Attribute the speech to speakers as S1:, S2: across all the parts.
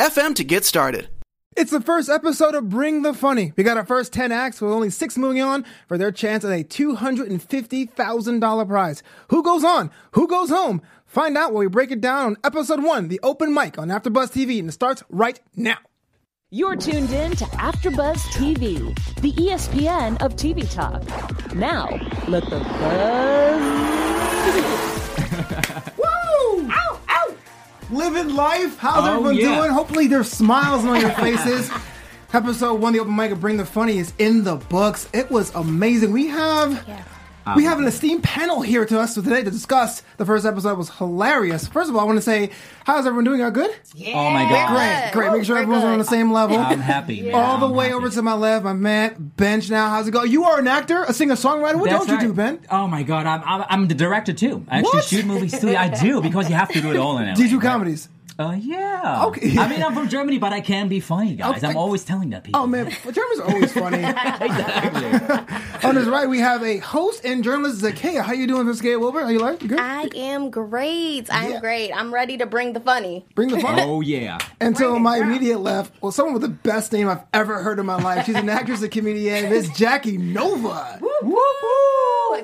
S1: FM to get started.
S2: It's the first episode of Bring the Funny. We got our first 10 acts with only six moving on for their chance at a $250,000 prize. Who goes on? Who goes home? Find out when we break it down on episode one, the open mic on AfterBuzz TV, and it starts right now.
S3: You're tuned in to AfterBuzz TV, the E ESPN of TV talk. Now, let the buzz.
S2: Woo! Ow! Ow! Living life. How's everyone
S4: Oh, yeah.
S2: doing? Hopefully, there's smiles on your faces. Episode one, the open mic of Bring the Funny is in the books. It was amazing. We have. We have an esteemed panel here to us today to discuss. The first episode was hilarious. First of all, I want to say, how's everyone doing? Y'all good?
S4: Oh my
S2: Great,
S4: god.
S2: great. Make sure everyone's on the same level.
S4: I'm happy. man.
S2: All the
S4: I'm
S2: way
S4: happy.
S2: over to my left, my man Bench. Now, how's it going? You are an actor, a singer, songwriter. What
S4: That's
S2: don't you do, Ben?
S4: right. Oh my god, I'm, I'm I'm the director too. I actually
S2: What?
S4: shoot movies too. I do because you have to do it all in LA.
S2: Do you do
S4: right?
S2: comedies?
S4: Uh, yeah.
S2: Okay.
S4: I mean, I'm from Germany, but I can be funny, guys.
S2: Okay.
S4: I'm always telling that people.
S2: Oh man, well, Germans are always funny.
S4: exactly.
S2: on his right, we have a host and journalist, Zakea. How you doing, Zakea Wilbur? Are you like you good?
S5: I am great. I'm
S2: Yeah.
S5: great. I'm ready to bring the funny.
S2: Bring the fun.
S4: oh yeah.
S2: And so my immediate left, well, someone with the best name I've ever heard in my life. She's an actress, a comedian, Miss Jackie Nova.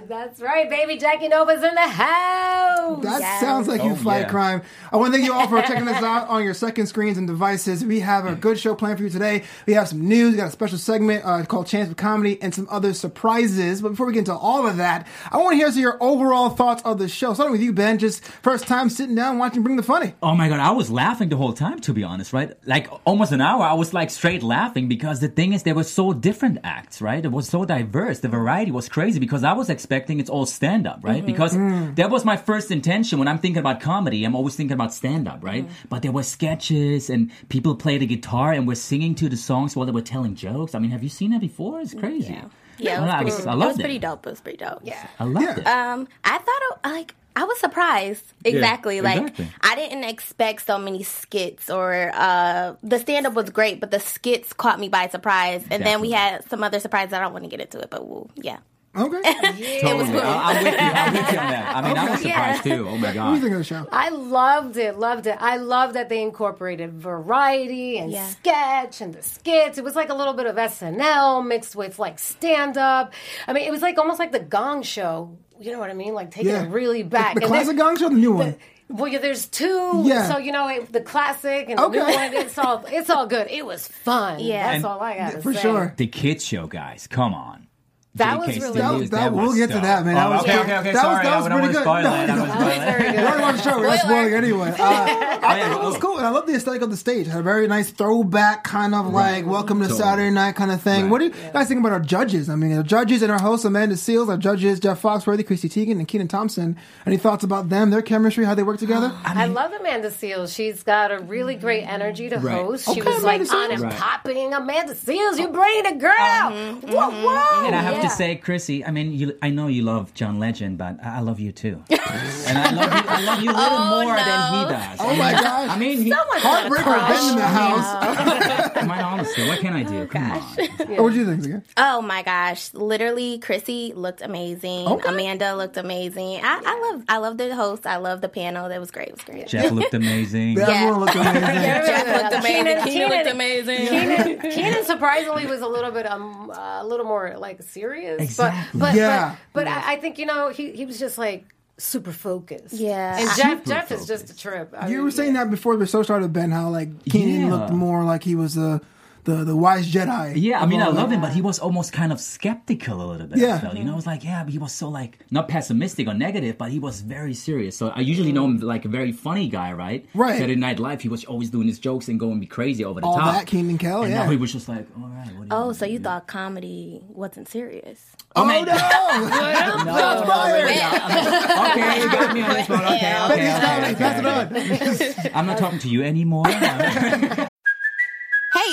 S6: That's right, baby. Jackie Nova's in the house.
S2: That sounds like you
S4: Oh,
S2: fight
S4: yeah.
S2: crime. I want to thank you all for checking us out on your second screens and devices. We have a good show planned for you today. We have some news, we got a special segment uh, called Chance of Comedy, and some other surprises. But before we get into all of that, I want to hear some of your overall thoughts of the show. Starting with you, Ben, just first time sitting down watching Bring the Funny.
S4: Oh my god, I was laughing the whole time to be honest, right? Like almost an hour I was like straight laughing because the thing is there were so different acts, right? It was so diverse. The variety was crazy because I was expecting it's all stand up,
S5: Mm-hmm.
S4: right? Because
S5: Mm.
S4: that was my first intention when I'm thinking about comedy, I'm always thinking about stand up, right?
S5: Mm-hmm.
S4: But there were sketches and people played the guitar and were singing to the songs while they were telling jokes. I mean, have you seen that before? It's crazy.
S5: Yeah, it
S4: I,
S5: was,
S4: was-
S5: pretty,
S4: I
S5: it was
S4: loved
S5: pretty
S4: it.
S5: dope. It was pretty dope. Yeah.
S4: I loved it.
S5: Um, I thought it, like I was surprised. Exactly. like
S4: exactly.
S5: I didn't expect so many skits or uh the stand up was great, but the skits caught me by surprise. And then we
S4: Definitely.
S5: had some other surprises. I don't want to get into it, but woo, yeah.
S2: Okay. what
S4: Totally. I, am with you. I'm with you on that. I mean, I was surprised too. Oh my god.
S2: do you think of the show?
S6: I loved it, loved it. I love that they incorporated variety and
S5: Yeah.
S6: sketch and the skits. It was like a little bit of SNL mixed with like stand up. I mean, it was like almost like the Gong Show. You know what I mean? Like taking
S2: Yeah.
S6: it really back.
S2: The
S6: And
S2: classic
S6: then-
S2: Gong Show, or the new one.
S6: Well, yeah, there's two.
S2: Yeah.
S6: So you know it, the classic and the
S2: Okay.
S6: new one. It's all it's all good. It was fun.
S5: Yeah.
S6: that's
S5: And-
S6: all I got
S2: For
S6: say.
S2: sure.
S4: The kids show, guys. Come on.
S6: That
S4: JK
S6: was really
S4: Stevens,
S6: good.
S2: That- that- we'll
S4: was
S2: get to
S4: dope.
S2: that, man. That
S4: Oh,
S2: was
S4: okay,
S2: good.
S4: okay, okay.
S2: That was-
S4: sorry,
S2: that was
S4: I don't
S2: pretty
S4: want to
S2: good.
S4: spoil
S2: No,
S4: that. I
S2: no.
S4: was spoiling it.
S2: We already watched the show. We're not spoiling it anyway. Uh, I
S4: yeah,
S2: thought it was
S4: cool.
S2: cool, and I love the aesthetic of the stage. It had a very nice throwback kind of like welcome to Saturday night kind of thing. What do you guys think about our judges? I mean, our judges and our hosts, Amanda Seals, our judges Jeff Foxworthy, Christy Teigen, and Keenan Thompson. Any thoughts about them, their chemistry, how they work together?
S6: I love Amanda Seals. She's got a really great energy to
S4: Right.
S6: host. She
S2: Okay,
S6: was like
S2: Amanda
S6: on
S2: Seals. Oh. Mm-hmm,
S6: and
S4: Right.
S6: popping. Amanda Seals, you bring the girl. Whoa, whoa.
S4: And I have
S6: Oh, Yeah.
S4: to say, Chrissy, I mean, you, I know you love John Legend, but I I love you too. and I love you, I love you a little
S6: Oh,
S4: more than he does.
S2: Oh my gosh.
S4: I mean, he,
S2: Heartbreaker Ben in the house.
S4: am I honestly? What can I
S6: Oh,
S4: do? Come on.
S2: What do you think? Zika?
S5: Oh my gosh! Literally, Chrissy looked amazing.
S2: Okay.
S5: Amanda looked amazing. I, I love, I love the host. I love the panel. That was great. It was great.
S4: Jeff looked amazing.
S2: Everyone looked amazing.
S5: Jeff looked amazing.
S6: Keenan-
S5: Keenan looked
S6: Keenan-
S5: amazing.
S6: Keenan, Keenan surprisingly was a little bit um a little more like serious,
S4: Exactly.
S6: but but
S2: Yeah.
S6: but, but I, I think you know he he was just like super focused.
S5: Yeah.
S6: And
S5: I-
S6: Jeff, Jeff is just a trip. I
S2: You
S6: mean,
S2: were saying that before the show started, Ben, how like Keenan
S4: Yeah.
S2: looked more like he was the the, the wise Jedi.
S4: Yeah, I mean, I
S2: Of all
S4: love
S2: that.
S4: him, but he was almost kind of skeptical a little bit.
S2: Yeah. Mm-hmm.
S4: I felt. you know, I was like, yeah, but he was so like not pessimistic or negative, but he was very serious. So I usually know him like a very funny guy, right?
S2: Mm-hmm. Right.
S4: Saturday Night Live, he was always doing his jokes and going crazy over the
S2: All
S4: top.
S2: that Keenan Kell,
S4: And
S2: oh, yeah.
S4: now he was just like, all right, what do you
S5: Oh,
S4: want
S5: so
S4: to
S5: you
S4: do?"
S5: thought comedy wasn't serious?
S4: Oh,
S2: Oh
S4: man.
S2: no! Shots fired.
S4: okay, you got me on this one. Okay, okay,
S2: Ben, he's
S4: okay,
S2: got it.
S4: okay,
S2: Pass it
S4: okay.
S2: on.
S4: I'm not talking to you anymore.
S7: Hey,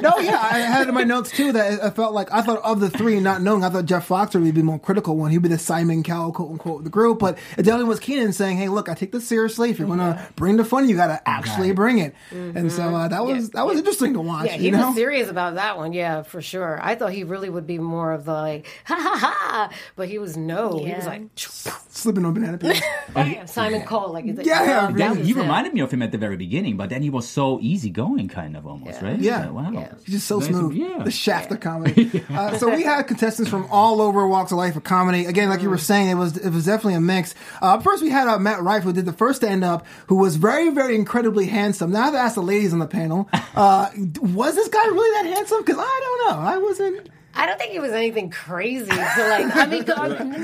S2: No, yeah, I had in my notes too that I felt like I thought of the three, not knowing, I thought Jeff Foxter would be the more critical one. He'd be the Simon Cowell, quote unquote, of the group. But it definitely was Keenan saying, "Hey, look, I take this seriously. If you're gonna bring the fun, you gotta actually bring it." And so uh, that was that was interesting to watch.
S6: Mm-hmm. Yeah, he
S2: you know,
S6: was serious about that one. Yeah, for sure. I thought he really would be more of the like, ha ha ha. But he was no. He was
S5: Yeah.
S6: like,
S2: slipping on banana peels.
S6: bam, Simon Cole. Like, like,
S2: Yeah, yeah,
S6: um,
S2: yeah.
S4: That-
S6: was
S4: you
S6: him.
S4: reminded me of him at the very beginning, but then he was so easygoing, kind of almost, right?
S2: Yeah.
S4: wow.
S2: He's just so
S4: Nice-
S2: smooth.
S4: Yeah.
S2: The shaft of comedy. Uh, so we had contestants from all over walks of life of comedy. Again, like you were saying, it was it was definitely a mix. Uh, first, we had uh, Matt Rife, who did the first stand up, who was very, very incredibly handsome. Now I have to ask the ladies on the panel: uh, Was this guy really that handsome? Because I don't know. I wasn't.
S6: I don't think it was anything crazy to like. I mean, go-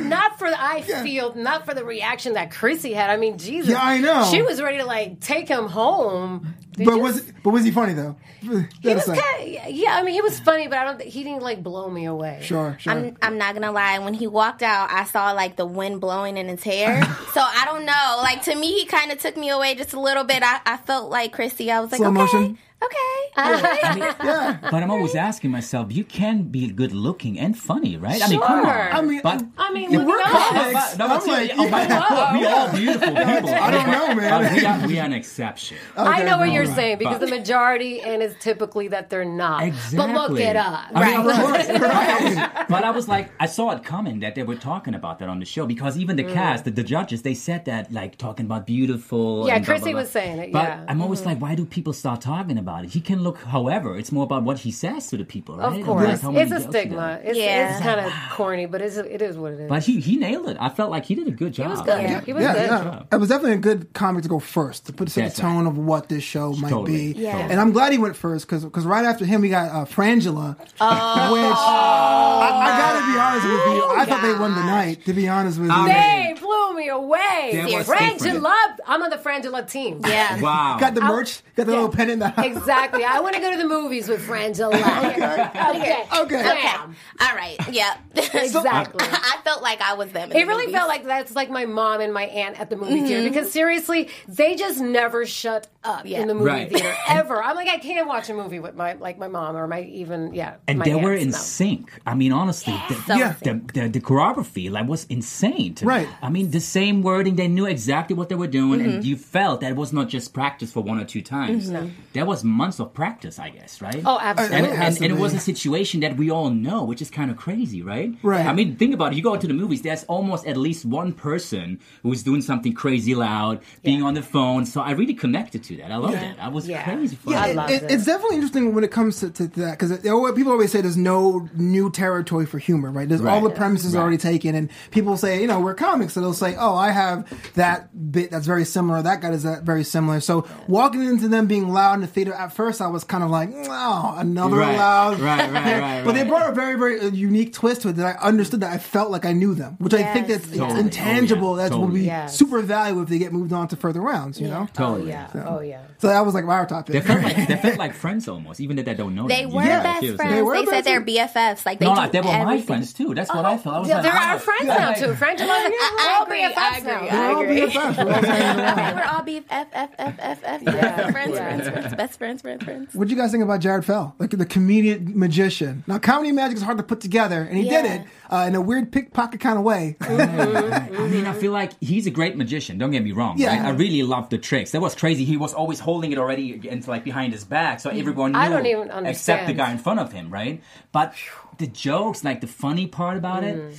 S6: not for the I feel, not for the reaction that Chrissy had. I mean, Jesus,
S2: Yeah, I know.
S6: She was ready to like take him home. Did
S2: But
S6: you-
S2: was but was he funny though?
S6: he was kind of yeah. I mean, he was funny, but I don't. think He didn't like blow me away.
S2: sure, sure.
S5: I'm I'm not gonna lie. When he walked out, I saw like the wind blowing in his hair. so I don't know. Like to me, he kind of took me away just a little bit. I, I felt like Christy. I was like,
S2: Slow
S5: okay,
S2: motion.
S5: okay.
S4: But I'm always asking myself, you can be good looking and funny, right? I mean, come on.
S6: Sure. I
S2: mean,
S4: but
S6: I mean,
S4: Yeah,
S6: look
S2: we're
S6: at us.
S2: comics.
S4: but- no,
S2: I'm
S4: but seriously,
S2: like,
S4: oh my God, we all beautiful people.
S2: I don't know, man. Uh,
S4: But we are, we are an exception.
S6: I know what you're
S2: alright,
S6: saying because
S4: but-
S6: the majority and it's typically that they're not. But look
S4: Exactly.
S6: at us.
S4: I mean,
S2: Right.
S4: of course, right. But I was like, I saw it coming that they were talking about that on the show because even the
S6: Mm.
S4: cast, the, the judges, they said that, like, talking about beautiful.
S6: Yeah,
S4: and blah, blah,
S6: Chrissy
S4: blah.
S6: was saying it,
S4: But
S6: yeah. Mm-hmm.
S4: I'm always like, why do people start talking about it? He can look however. It's more about what he says to the people, right?
S6: Of
S4: And,
S6: course,
S4: like, how many
S6: it's a
S4: jokes he does.
S6: stigma. It's,
S5: Yeah.
S6: it's kind of corny, but it's, it is what it is.
S4: But he, he nailed it. I felt like he did a good job.
S6: he was good. He was
S2: yeah,
S6: good.
S2: yeah. It was definitely a good comic to go first to put set
S4: That's
S2: the
S4: right.
S2: tone of what this show might
S4: Totally,
S2: be.
S4: Yeah. totally.
S2: And I'm glad he went first because right after him we got uh, Frangela, which
S6: Oh.
S2: I, I gotta be honest with you, I thought they won the night. To be honest with you,
S6: Oh, They blew me away.
S4: That was different.
S6: Frangela, I'm on the Frangela team.
S5: Yeah.
S4: Wow.
S2: got the merch, got the little pen in the
S6: exactly. I want to go to the movies with Frangela. okay.
S2: Okay. uh,
S5: Okay.
S6: Bam.
S5: All right. Yeah.
S6: Exactly.
S5: I felt like I was them. in
S6: It
S5: the
S6: really
S5: movies.
S6: felt like that's like my mom and my aunt at the movie
S2: Mm-hmm.
S6: theater because seriously, they just never shut up
S5: Yeah.
S6: in the movie
S4: Right.
S6: theater ever. I'm like, I can't watch a movie with my like my mom or my even yeah.
S4: and
S6: my
S4: they were
S6: aunts,
S4: in
S6: no.
S4: sync. I mean, honestly, the,
S2: Yeah.
S4: the, the, the choreography like was insane. To me.
S2: Right.
S4: I mean, the same wording. They knew exactly what they were doing,
S6: Mm-hmm.
S4: and you felt that was not just practice for one or two times. That was months of practice, I guess. Right.
S6: Oh,
S4: And,
S6: absolutely.
S2: It has
S4: and,
S2: to
S4: and it
S2: be.
S4: was a situation that we all know, which is kind of crazy, right?
S2: Right.
S4: I mean, think about it. You go out to the movies, there's almost at least one person who's doing something crazy loud, being on the phone. So I really connected to that. I love that. I was
S6: Yeah.
S4: crazy for
S6: Yeah,
S4: that.
S6: I love it.
S2: It's definitely interesting when it comes to, to that because people always say there's no new territory for humor, right? There's all
S4: Right.
S2: the premises
S4: Right.
S2: already taken, and people say, you know, we're comics, so they'll say, oh, I have that bit that's very similar, that guy does that very similar. So walking into them being loud in the theater at first, I was kind of like, oh, another
S4: Right.
S2: loud,
S4: Right, right, right,
S2: but they
S4: right.
S2: brought a very, very uh, unique twist to it that I understood that I felt like I knew them, which I think that's it's
S4: Totally.
S2: intangible.
S4: Oh, yeah.
S2: That's what
S4: Totally.
S2: be
S6: Yes.
S2: super valuable if they get moved on to further rounds, you know.
S4: Totally.
S6: yeah. Oh yeah.
S2: So that was like our topic.
S4: They felt like they felt like friends almost, even that they don't know.
S5: They
S4: them.
S5: were
S4: Yeah,
S5: best
S4: seriously.
S5: friends. They,
S2: They were best
S5: said they're BFFs. Like they
S4: No,
S5: do
S4: like they were my
S5: everything.
S4: friends too. That's what I felt. I was like,
S6: Uh-huh. Yeah, they're
S4: oh,
S6: our friends
S4: yeah,
S6: now
S4: like-
S6: too. Frangela,
S5: I
S6: we'll
S5: agree. agree. I agree.
S2: We're all
S5: I agree.
S2: BFFs. We're all hanging
S5: I
S2: around.
S5: think we're all being F F F F F.
S6: Yeah.
S5: Friends,
S6: Yeah.
S5: friends, friends, best friends, friends, friends.
S2: What do you guys think about Jared Fell, like the comedian magician? Now, comedy and magic is hard to put together, and he
S5: Yeah.
S2: did it uh, in a weird pickpocket kind of way.
S4: I mean, I feel like he's a great magician. Don't get me wrong.
S2: Yeah.
S4: right? I really love the tricks. That was crazy. He was always holding it already against like behind his back, so everyone knew
S6: Mm. I don't even
S4: except the
S6: understand.
S4: guy in front of him, right? But the jokes, like the funny part about
S6: Mm.
S4: it.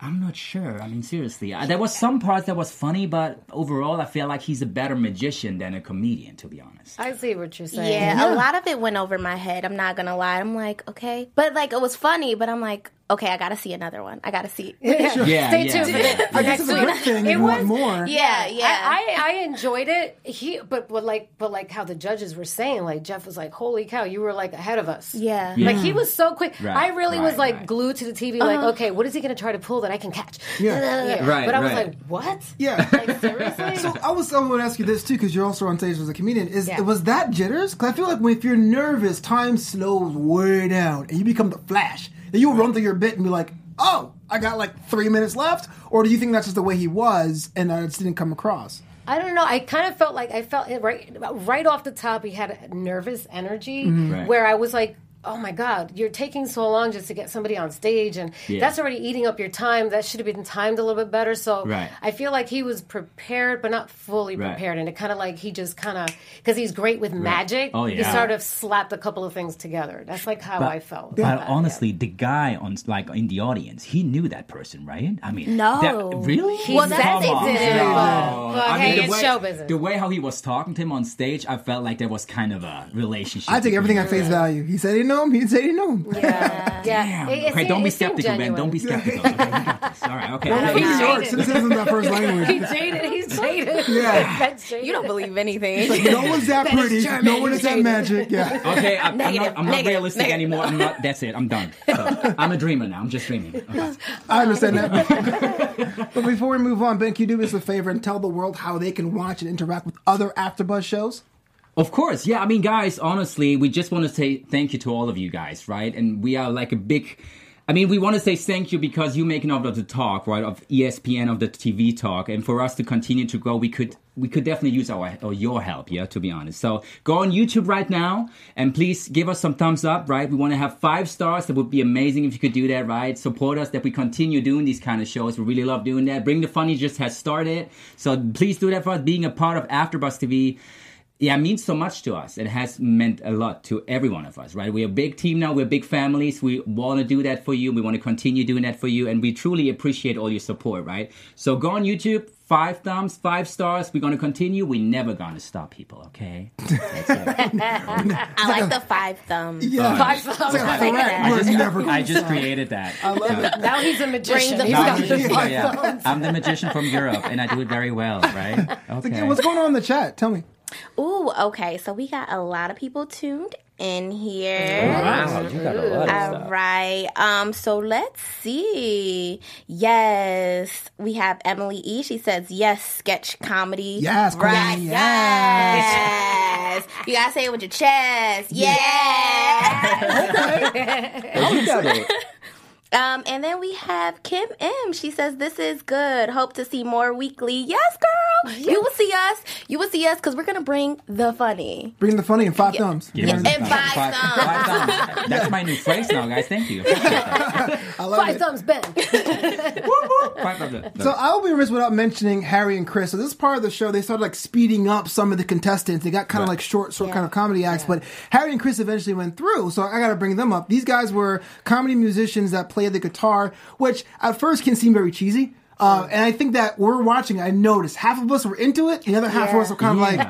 S4: I'm not sure. I mean, seriously, I, there was some parts that was funny, but overall, I feel like he's a better magician than a comedian, to be honest.
S6: I see what you're saying.
S5: Yeah, a lot of it went over my head. I'm not gonna lie. I'm like, okay, but like it was funny. But I'm like, okay, I gotta see another one. I gotta see. yeah,
S4: Yeah,
S6: Uh, Stay
S4: yeah.
S6: tuned
S2: I
S6: for the, the
S2: guess
S6: next
S2: it's a good
S6: week.
S2: thing. If
S6: It
S2: you want
S6: was.
S2: more.
S5: yeah.
S6: I, I I enjoyed it. He but but like but like how the judges were saying, like Jeff was like, "Holy cow, you were like ahead of us."
S5: Yeah.
S6: like he was so quick.
S4: Right,
S6: I really was
S4: right,
S6: like
S4: right.
S6: glued to the TV, like,
S5: Uh-huh.
S6: "Okay, what is he going to try to pull that I can catch?"
S2: Yeah.
S4: Right,
S6: But I was
S4: right.
S6: like, "What?"
S2: Yeah.
S6: Like seriously?
S2: So I was I want to ask you this too because you're also on stage as a comedian. Is
S6: Yeah.
S2: was that jitters? Because I feel like when, if you're nervous, time slows way down and you become the Flash. Then you'll run through your bit and be like, "Oh, I got like three minutes left." Or do you think that's just the way he was and that it just didn't come across?
S6: I don't know. I kind of felt like I felt it right right off the top. He had a nervous energy
S4: Mm-hmm. Right.
S6: where I was like, "Oh my god, you're taking so long just to get somebody on stage, and
S4: Yeah.
S6: that's already eating up your time. That should have been timed a little bit better." So
S4: Right.
S6: I feel like he was prepared, but not fully
S4: Right.
S6: prepared, and it kind of like he just kind of because he's great with magic.
S4: Oh,
S6: he
S4: yeah.
S6: sort of slapped a couple of things together. That's like how I felt.
S4: But
S6: about it, yeah.
S4: honestly, the guy on like in the audience, he knew that person, right? I mean,
S5: No.
S4: that- really?
S6: He Well, said
S4: Come
S6: they
S4: on.
S6: didn't,
S4: No.
S6: but- but
S4: I mean,
S6: hey,
S4: the
S6: it's
S4: way-
S6: show business.
S4: The way how he was talking to him on stage, I felt like there was kind of a relationship.
S2: I take everything at face value. He said he knew him. He said he knew him.
S6: yeah, yeah.
S4: Damn.
S6: It- it
S4: okay,
S6: seemed-
S4: don't be
S6: it seemed
S4: skeptical, man.
S6: genuine.
S4: Don't be skeptical. Okay, we got this. All right, okay.
S6: I
S4: I
S6: don't
S2: New
S4: believe
S6: know.
S4: you.
S2: York, so this isn't that first
S6: He
S2: language.
S6: jaded. He's jaded.
S2: Yeah.
S6: That's jaded.
S5: You don't believe anything.
S2: No one's that
S6: is
S2: pretty. No
S6: German.
S2: one is that magic. Yeah.
S4: Okay, I, I'm not, I'm
S5: Negative,
S4: not
S5: negative,
S4: realistic
S5: negative.
S4: anymore. I'm not. That's it. I'm done. So, I'm a dreamer now. I'm just dreaming. Okay.
S2: I understand that. but before we move on, Ben, can you do us a favor and tell the world how they can watch and interact with other AfterBuzz shows?
S4: Of course, yeah. I mean, guys, honestly, we just want to say thank you to all of you guys, right? And we are like a big. I mean, we want to say thank you because you making of the talk, right? Of E ESPN, of the TV talk, and for us to continue to grow, we could we could definitely use our or your help, yeah. To be honest, so go on YouTube right now and please give us some thumbs up, right? We want to have five stars. That would be amazing if you could do that, right? Support us that we continue doing these kind of shows. We really love doing that. Bring the funny just has started, so please do that for us. Being a part of AfterBuzz TV yeah, it means so much to us. It has meant a lot to every one of us, right? We're a big team now. We're big families. We want to do that for you. We want to continue doing that for you. And we truly appreciate all your support, right? So go on YouTube, five thumbs, five stars. We're going to continue. We're never going to stop people, okay? That's it.
S5: I like the five thumbs.
S6: Five thumbs.
S2: Correct. We're never
S4: I
S2: going to
S4: just created that.
S6: Now he's a magician.
S5: the
S6: He's
S4: I'm,
S6: got
S4: the
S6: the
S4: magician, yeah. I'm the magician from Europe, and I do it very well, right? Okay.
S2: What's going on in the chat? Tell me.
S5: Ooh, okay. So we got a lot of people tuned in here.
S4: Wow, you got a lot of
S5: All right. Um, so let's see. Yes, we have Emily E. She says yes, sketch comedy.
S2: Yes, comedy,
S5: right.
S2: yes.
S5: yes. You gotta say it with your chest. Yes.
S4: You got it.
S5: um, and then we have Kim M. She says this is good. Hope to see more weekly. Yes, girl. You will see us. You will see us because we're gonna bring the funny.
S2: Bring the funny and five thumbs.
S4: Yeah.
S2: Bring the-
S5: And buy
S4: Five-
S5: some.
S4: five thumbs. That's my new phrase now, guys. Thank you. Appreciate that.
S2: I love
S6: Five
S2: it.
S6: thumbs, Ben.
S4: Five thumbs.
S2: So I'll be remiss without mentioning Harry and Chris. So this part of the show, they started like speeding up some of the contestants. They got kind of like short, short kind of comedy acts, but Harry and Chris eventually went through. So I got to bring them up. These guys were comedy musicians that played the guitar, which at first can seem very cheesy. Uh, and I think that we're watching. I noticed half of us were into it, the other half of us were kind of like,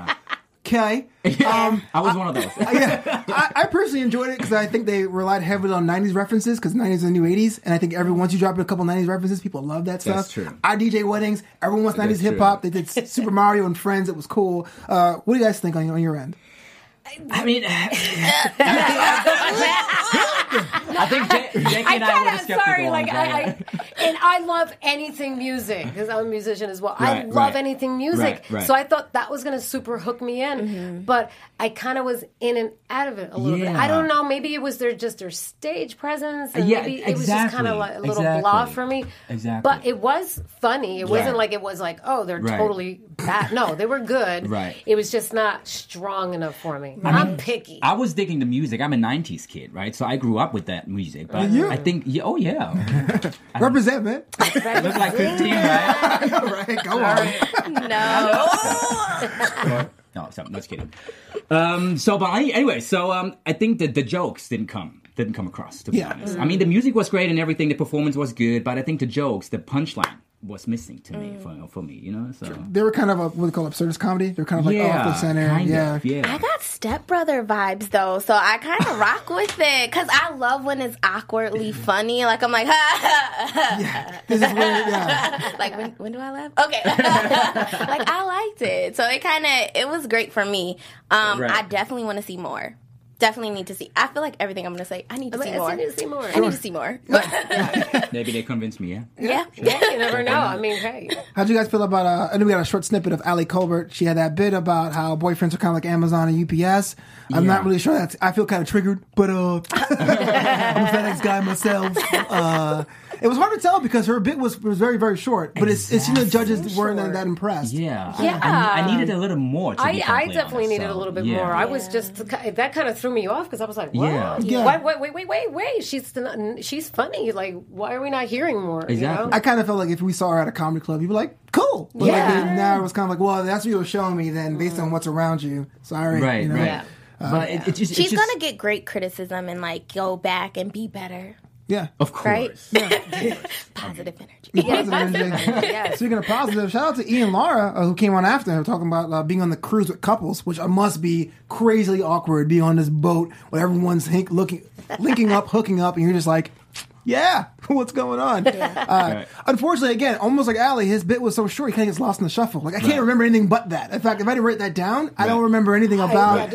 S2: okay. Um,
S4: I was one of those.
S2: yeah, I, I personally enjoyed it because I think they relied heavily on '90s references because '90s are the new '80s, and I think every once you drop in a couple '90s references, people love that stuff.
S4: That's true.
S2: I DJ weddings. Everyone wants '90s
S4: true.
S2: hip hop. They did Super Mario and Friends. It was cool. Uh, what do you guys think on, on your end?
S4: I mean, I think Ja- Jackie and I were the skeptical
S6: sorry.
S4: on
S6: Like
S4: that,
S6: I, I,
S4: yeah.
S6: and I love anything music because I'm a musician as well. I
S4: Right,
S6: love
S4: right.
S6: anything music,
S4: Right, Mm-hmm. right.
S6: so I thought that was gonna super hook me in. But I kind of was in and out of it a little bit.
S4: Yeah.
S6: I don't know. Maybe it was their just their stage presence, and
S4: Yeah,
S6: maybe it was just kind
S4: exactly,
S6: of like a little
S4: exactly.
S6: blah for me.
S4: Exactly.
S6: But it was funny. It wasn't like it was like oh they're
S4: Right.
S6: totally bad. No, they were good.
S4: Right.
S6: It was just not strong enough for me. I'm picky.
S4: I was digging the music. I'm a '90s kid, right? So I grew up with that music. But
S2: you?
S4: I think, yeah, oh yeah,
S2: Represent, man.
S4: I look like 15, right?
S2: All right, go on.
S5: No.
S4: No, so, no, just kidding. Um, so, but I, anyway, so um, I think that the jokes didn't come didn't come across. To be
S2: Yeah.
S4: honest, I mean, the music was great and everything. The performance was good, but I think the jokes, the punchline, was missing to me for, for me. You know, so
S2: They were kind of a, what do they call it, absurdist comedy. They're kind of like off the center.
S4: kind
S2: yeah.
S4: of, yeah.
S5: I got stepbrother vibes though, so I kind of rock with it because I love when it's awkwardly
S6: Mm-hmm.
S5: funny. Like I'm like,
S2: This is where, yeah.
S5: like when when do I laugh? Okay, like I liked it, so it kind of it was great for me. Um,
S4: Right.
S5: I definitely want to see more. Definitely need to see. I feel like everything I'm gonna say, I need to
S6: I'm like,
S5: see
S6: I
S5: more.
S6: still need to see more.
S5: I need to see more.
S4: Maybe they convinced me. Yeah.
S5: yeah.
S6: Yeah, you never know. I mean, hey,
S2: How'd you guys feel about? Uh, I know we got a short snippet of Ali Colbert. She had that bit about how boyfriends are kind of like Amazon and UPS. I'm
S4: Yeah.
S2: not really sure. That's I feel kind of triggered, but uh, I'm a FedEx guy myself. Uh, it was hard to tell because her bit was was very very short, but it's it's you know judges weren't that- that impressed.
S4: Yeah,
S6: Yeah.
S4: I, I, I needed a little more. To be
S6: I, I
S4: completely
S6: definitely
S4: honest,
S6: needed
S4: so,
S6: a little bit
S4: yeah.
S6: more. I was just uh, that kind of threw me off because I was like, what?
S4: Yeah.
S2: Yeah.
S6: Wait, wait, wait, wait, wait, wait. She's n- she's funny. Like, why are we not hearing more?
S4: Exactly.
S6: You know?
S2: I kind of felt like if we saw her at a comedy club, you'd be like, cool. But like,
S6: Yeah.
S2: then now it was kind of like, well, that's what you were showing me then based on what's around you. Sorry.
S4: right,
S2: you know?
S4: right.
S6: Yeah.
S4: But it, it just, it
S5: She's
S4: just-
S5: gonna get great criticism and like go back and be better.
S2: Yeah.
S4: of course.
S5: right? Positive energy.
S2: Positive energy. Speaking of positive, shout out to Ian Lara, uh, who came on after her, talking about uh, being on the cruise with couples, which must be crazily awkward being on this boat when everyone's hink- looking, linking up, hooking up, and you're just like, yeah, what's going on? Uh,
S4: Right.
S2: Unfortunately, again, almost like Ali, his bit was so short, he kind of gets lost in the shuffle. Like, I can't remember anything but that. In fact, if I didn't write that down, I don't remember anything about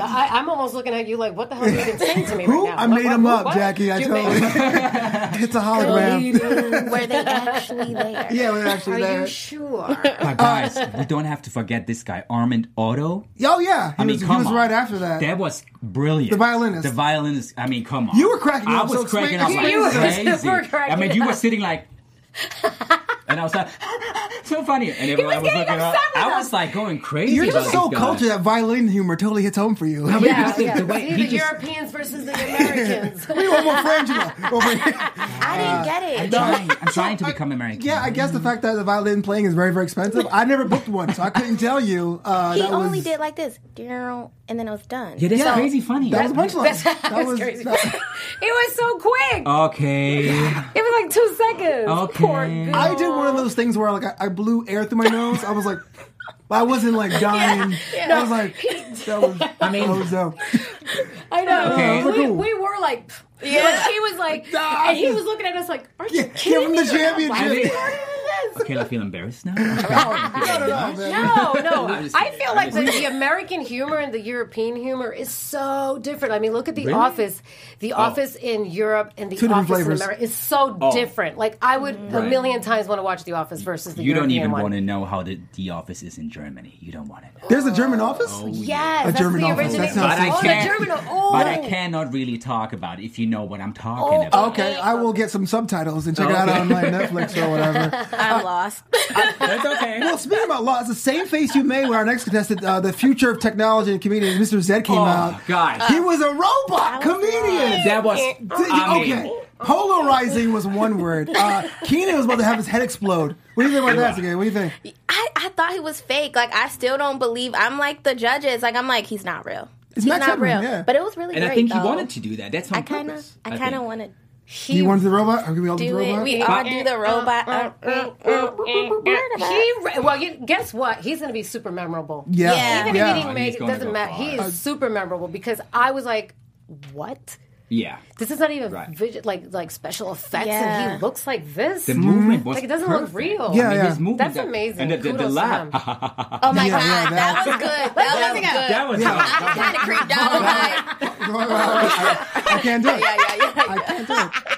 S6: I, I, am almost looking at you like, what the hell are you even saying to me
S2: who?
S6: right now?
S2: I
S6: What-
S2: made
S6: what-
S2: him
S6: what-
S2: up,
S6: what?
S2: Jackie. I
S6: You
S2: told
S6: made-
S2: you. it's a hologram.
S5: Were they actually there?
S2: Yeah, we're actually
S6: Are
S2: there.
S6: you sure?
S2: Uh,
S4: But guys, we don't have to forget this guy, Armand Otto.
S2: Oh yeah, he
S4: I mean,
S2: was, he
S4: come
S2: was
S4: on.
S2: right after that.
S4: That was brilliant.
S2: The violinist.
S4: The violinist. I mean, come on.
S2: You were cracking
S4: I
S2: up, so
S4: was cracking up
S2: explain-
S4: like
S2: You were
S4: crazy.
S6: super cracking
S4: I mean, you were sitting like. and I was like, so funny. And everyone
S6: was
S4: was,
S6: getting
S4: looking up.
S6: upset with
S4: I
S6: us.
S4: was like going crazy.
S2: You're
S4: about
S2: just so
S4: this guy.
S2: cultured that violin humor totally hits home for you. I mean,
S6: yeah,
S4: the-
S6: yeah.
S4: the way-
S6: See,
S4: he
S6: the
S4: just-
S6: Europeans versus the Americans.
S2: we want more Frangela. Over here. Uh,
S5: I didn't
S4: I'm
S5: get it.
S4: trying, I'm trying to become American. mm.
S2: Yeah, I guess the fact that the violin playing is very, very expensive. I never booked one, so I couldn't tell you. Uh,
S5: He
S2: that
S5: only
S2: was,
S5: did like this, and then it was done.
S4: Yeah, that's crazy funny.
S2: That was the punchline. That was.
S6: crazy.
S2: that-
S6: it was so quick.
S4: okay.
S6: it was like two seconds.
S4: Uh, Okay.
S6: Poor girl.
S2: I did one of those things where like I, I blew air through my nose. I was like, I wasn't like dying. I was like, that was. I
S4: mean-
S2: that was dope.
S6: I know.
S4: Okay.
S6: We,
S2: Cool.
S6: we were like, yeah. like, he was like, and he was looking at us like, are you
S2: Yeah, give
S6: kidding
S2: him
S6: me?
S2: the
S6: Why would
S2: championship.
S6: you order this?
S4: Okay, I feel embarrassed now.
S2: Oh, No, no, no, man.
S6: No, no.
S4: just
S6: I
S4: kidding.
S6: feel
S4: I'm
S6: like
S4: just
S6: the, the American humor and the European humor is so different. I mean, look at The Office. The Office in Europe and The
S2: Two different
S6: Office
S2: flavors.
S6: in America is so different. Like, I would a million times want to watch The Office versus the
S4: You don't
S6: European
S4: even
S6: one.
S4: want to know how the, the office is in Germany. You don't want to know.
S2: There's a German office.
S6: Yes, that's
S2: German
S6: the
S2: Office.
S6: original.
S2: That sounds
S4: But I
S6: oh, the
S4: can't-
S6: German. Oh,
S4: But I cannot really talk about it if you know what I'm talking
S6: Oh,
S4: about.
S2: Okay, I will get some subtitles and check it out
S4: Okay.
S2: on my Netflix or whatever.
S5: I'm lost.
S4: That's okay.
S2: Well, speaking about law, it's the same face you made when our next contestant, uh, the future of technology and comedian, Mr. Zed, came
S4: Oh,
S2: out.
S4: guys.
S2: He was a robot comedian.
S4: that was
S2: Did-
S4: I mean,
S2: okay. Polarizing was one word. Uh, Keenan was about to have his head explode. What do you think about that, Sergey? What do you think?
S5: I, I thought he was fake. Like I still don't believe. I'm like the judges. Like I'm like he's not real.
S2: It's
S5: he's
S2: Max
S5: not
S2: Headroom,
S5: real.
S2: yeah.
S5: But it was really
S4: And
S5: great.
S4: I think
S5: though.
S4: he wanted to do that. That's on
S5: I kind of.
S4: purpose.
S5: I kind of
S4: think.
S5: want to
S2: Do you want to do the robot? Are we going to do
S5: do
S2: the
S5: it.
S2: robot?
S5: We all do the robot. Uh, uh, uh,
S6: Oh. he re- well, you, guess what? He's going to be super memorable.
S2: yeah.
S5: Yeah.
S6: Even
S2: yeah.
S6: if he didn't make
S4: He's
S6: it,
S4: gonna
S6: doesn't
S4: go
S6: matter. He
S4: far.
S6: is super memorable because I was like, what?
S4: Yeah.
S6: This is not even
S4: Right.
S6: visual, like like special effects, and
S5: Yeah.
S6: he looks like this.
S4: The movement was
S6: like it doesn't
S4: perfect.
S6: look real.
S2: Yeah,
S4: I mean,
S2: yeah.
S4: his movement
S6: That's
S4: got-
S6: amazing.
S4: And the, the, the
S6: Kudos to
S4: laugh.
S6: him.
S5: Oh my
S2: Yeah,
S5: god,
S2: yeah,
S5: that,
S2: that-
S5: was good. That was good.
S4: that was
S5: I kind of creeped out. I'm like,
S2: I, I can't do it.
S5: yeah, yeah, yeah.
S2: I can't do it.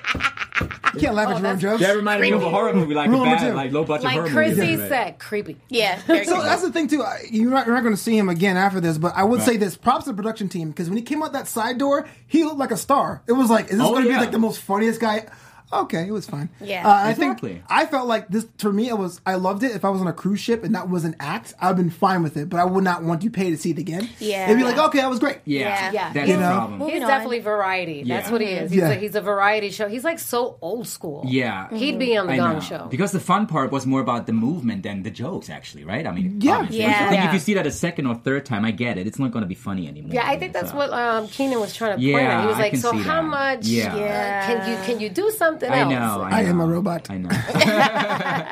S2: You can't laugh
S6: Oh,
S2: at your own jokes.
S4: That reminded me of a horror movie, like
S2: Rule
S4: a
S2: number
S4: bad,
S2: two.
S4: like low budget
S6: Like
S4: horror
S6: Chrissy
S4: movie.
S6: said, creepy.
S5: Yeah. very
S2: So
S5: good.
S2: that's the thing too. I- You're not, you're not going to see him again after this, but I would say this: props to the production team because when he came out that side door, he looked like a star. It was like, is this
S4: Oh,
S2: going to
S4: yeah.
S2: be like the most funniest guy? Okay, it was fine.
S5: Yeah.
S2: uh, I
S4: Exactly.
S2: think I felt like this for me. It was I loved it. If I was on a cruise ship and that was an act, I've been fine with it. But I would not want to pay to see it again.
S5: Yeah.
S2: it'd be like, okay, that was great.
S4: Yeah,
S6: Yeah.
S4: that's
S6: You
S4: the
S2: know?
S4: problem.
S6: He's
S5: Moving on.
S6: definitely variety. That's
S4: Yeah.
S6: what he is. He's,
S2: Yeah.
S6: a, he's a variety show. He's like so old school.
S4: Yeah.
S6: He'd be on the
S4: I
S6: Gong
S4: know.
S6: Show.
S4: Because the fun part was more about the movement than the jokes, actually, right? I mean,
S2: Yeah.
S4: obviously.
S5: Yeah.
S4: I think if
S6: Yeah.
S4: you see that a second or third time, I get it. It's not going to be funny anymore.
S6: yeah, I think that's
S4: So-
S6: what um, Keenan was trying to point
S4: Yeah,
S6: out. He was
S4: I
S6: like,
S4: can
S6: "So
S4: see that.
S6: how much
S4: Yeah.
S6: uh, can you can you do something
S4: I
S6: else?"
S4: know.
S6: Like,
S4: I,
S2: I
S4: know.
S2: am a robot.
S4: I know.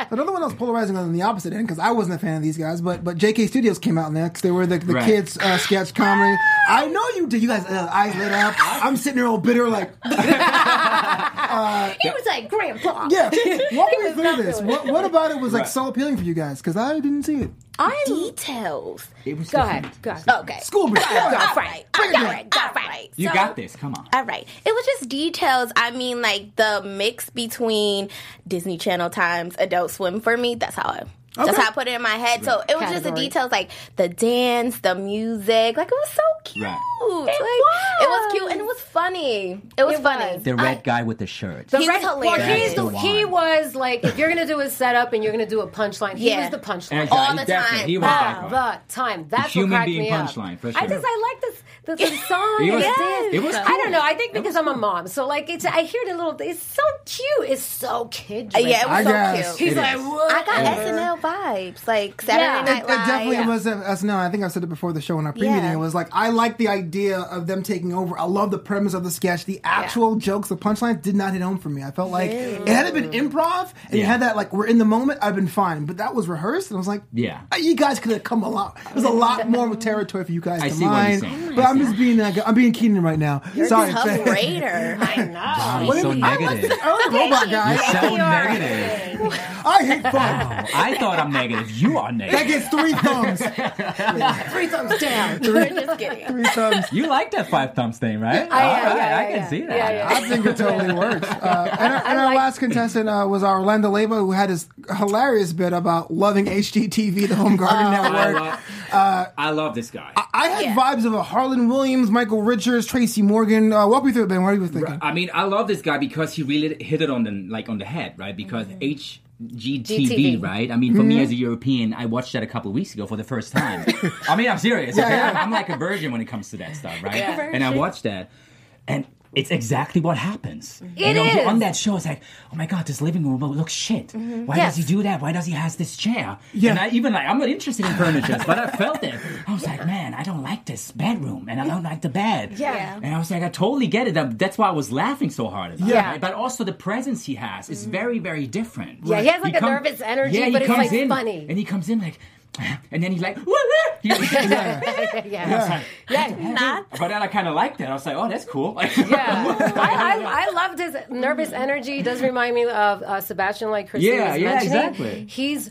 S2: Another one that was polarizing on the opposite end because I wasn't a fan of these guys, but but JK Studios came out next. They were the, the
S4: Right.
S2: kids uh, sketch comedy. I know you did. You guys uh, eyes lit up. I'm sitting there all bitter, like
S6: he was like, "Grandpa."
S2: yeah. Walk me
S6: was
S2: through
S6: not
S2: this.
S6: doing
S2: What, what about it was like
S4: Right.
S2: so appealing for you guys? Because I didn't see it.
S5: I details.
S4: It was
S6: Go
S4: different.
S6: ahead. Go ahead.
S5: Okay.
S2: School break.
S5: All right. All right. All right.
S4: You
S5: So-
S4: got this. Come on.
S5: All right. It was just details. I mean, like the mix between Disney Channel times Adult Swim for me. That's how I. That's
S2: Okay.
S5: how I put it in my head. So it was just the
S6: Category.
S5: details, like the dance, the music. Like it was so cute.
S4: Right.
S5: It, like, was. it was cute and it was funny. It was
S6: It
S5: funny.
S6: was.
S4: The red
S5: I-
S4: guy with the shirt.
S5: He was hilarious.
S6: Well, he's
S4: That's
S6: the,
S4: the
S6: he
S4: one.
S6: was like, if you're gonna do a setup and you're gonna do a punchline, he
S5: Yeah.
S6: was the punchline.
S5: All
S4: he
S5: the
S4: definitely-
S5: time.
S4: He was that
S6: All
S4: guy.
S6: the time. That's
S4: human
S6: what cracked
S4: being
S6: me
S4: punchline,
S6: up.
S4: for
S6: I
S4: sure.
S6: just I like this the, the song.
S4: It was-
S6: and
S4: Yes.
S6: dance.
S4: it was
S6: I
S4: cool.
S6: don't know. I think because I'm a mom, so like it's I hear the little. It's so cute. It's so kid.
S5: Uh, yeah, it was
S2: I
S5: so
S2: guess.
S5: cute.
S6: He's
S4: It
S6: like,
S4: is.
S6: what?
S5: I got SNL vibes, like Saturday
S6: Yeah.
S5: Night
S2: It
S5: Live.
S2: definitely was uh, us. No, I think I've said it before the show in our pre-meeting.
S5: Yeah.
S2: It was like I like the idea of them taking over. I love the premise of the sketch. The actual jokes, the punchlines did not hit home for me. I felt like it had it been improv and you
S4: Yeah.
S2: had that like we're in the moment. I've been fine, but that was rehearsed, and I was like,
S4: Yeah.
S2: uh, you guys could have come a lot. There's a lot more territory for you guys
S4: I
S2: to
S4: see what
S2: mine.
S4: he's saying.
S2: But I'm just being uh, I'm being Keenan right now. Sorry,
S5: Tough Raider.
S6: I know.
S4: He's so
S2: I like
S4: negative.
S2: the early robot
S4: You're
S2: guy.
S4: so
S6: You are.
S4: negative.
S2: I hate fun.
S4: Oh, I thought I'm negative. You are
S2: That
S4: negative.
S2: gets three thumbs.
S6: Three thumbs down.
S5: Just kidding.
S2: Three thumbs.
S4: You like that five thumbs thing, right?
S6: yeah,
S4: All right,
S6: yeah,
S4: I
S6: yeah,
S4: can
S6: yeah.
S4: see that.
S6: Yeah, yeah.
S2: I think it totally works. Uh, and our, and our
S6: like-
S2: last contestant uh, was our Orlando Labo, who had his hilarious bit about loving HGTV, the Home Garden
S4: I
S2: Network.
S4: love,
S6: Uh,
S4: I love this guy.
S2: I had vibes of a Harlan Williams, Michael Richards, Tracy Morgan. Uh, walk me through it, Ben. What are you thinking?
S4: I mean, I love this guy because he really hit it on the like on the head, right? Because
S6: Mm-hmm.
S4: HGTV,
S6: GTV.
S4: right? I mean, for
S6: Mm-hmm.
S4: me as a European, I watched that a couple of weeks ago for the first time. I mean, I'm serious. I'm like a virgin when it comes to that stuff, right? And I watched that, and it's exactly what happens. you
S6: Mm-hmm. It
S4: know, he-
S6: is. Mm-hmm.
S4: on that show. It's like, oh my god, this living room looks shit. Why
S6: Yes.
S4: does he do that? Why does he has this chair?
S2: Yeah.
S4: And I even like, I'm not interested in furniture, but I felt it. I was like, man, I don't like this bedroom, and I don't like the bed.
S6: Yeah.
S4: And I was like, I totally get it. Um, That's why I was laughing so hard about
S6: Yeah. Mm.
S4: it. right? But also the presence he has is very, very different.
S6: Yeah, he has, like, a
S4: come-
S6: nervous energy,
S4: yeah, he
S6: but it's,
S4: comes
S6: like,
S4: in,
S6: funny.
S4: And he comes in like, and then he's like, woo, woo. He- he's like,
S6: yeah. Yeah.
S5: Not
S4: but then I kind of liked that. I was like, oh, that's cool.
S6: Yeah, I, I, I loved his nervous energy. He does remind me of uh, Sebastian, like Christine
S4: Yeah,
S6: was
S4: yeah,
S6: mentioning.
S4: exactly.
S6: He's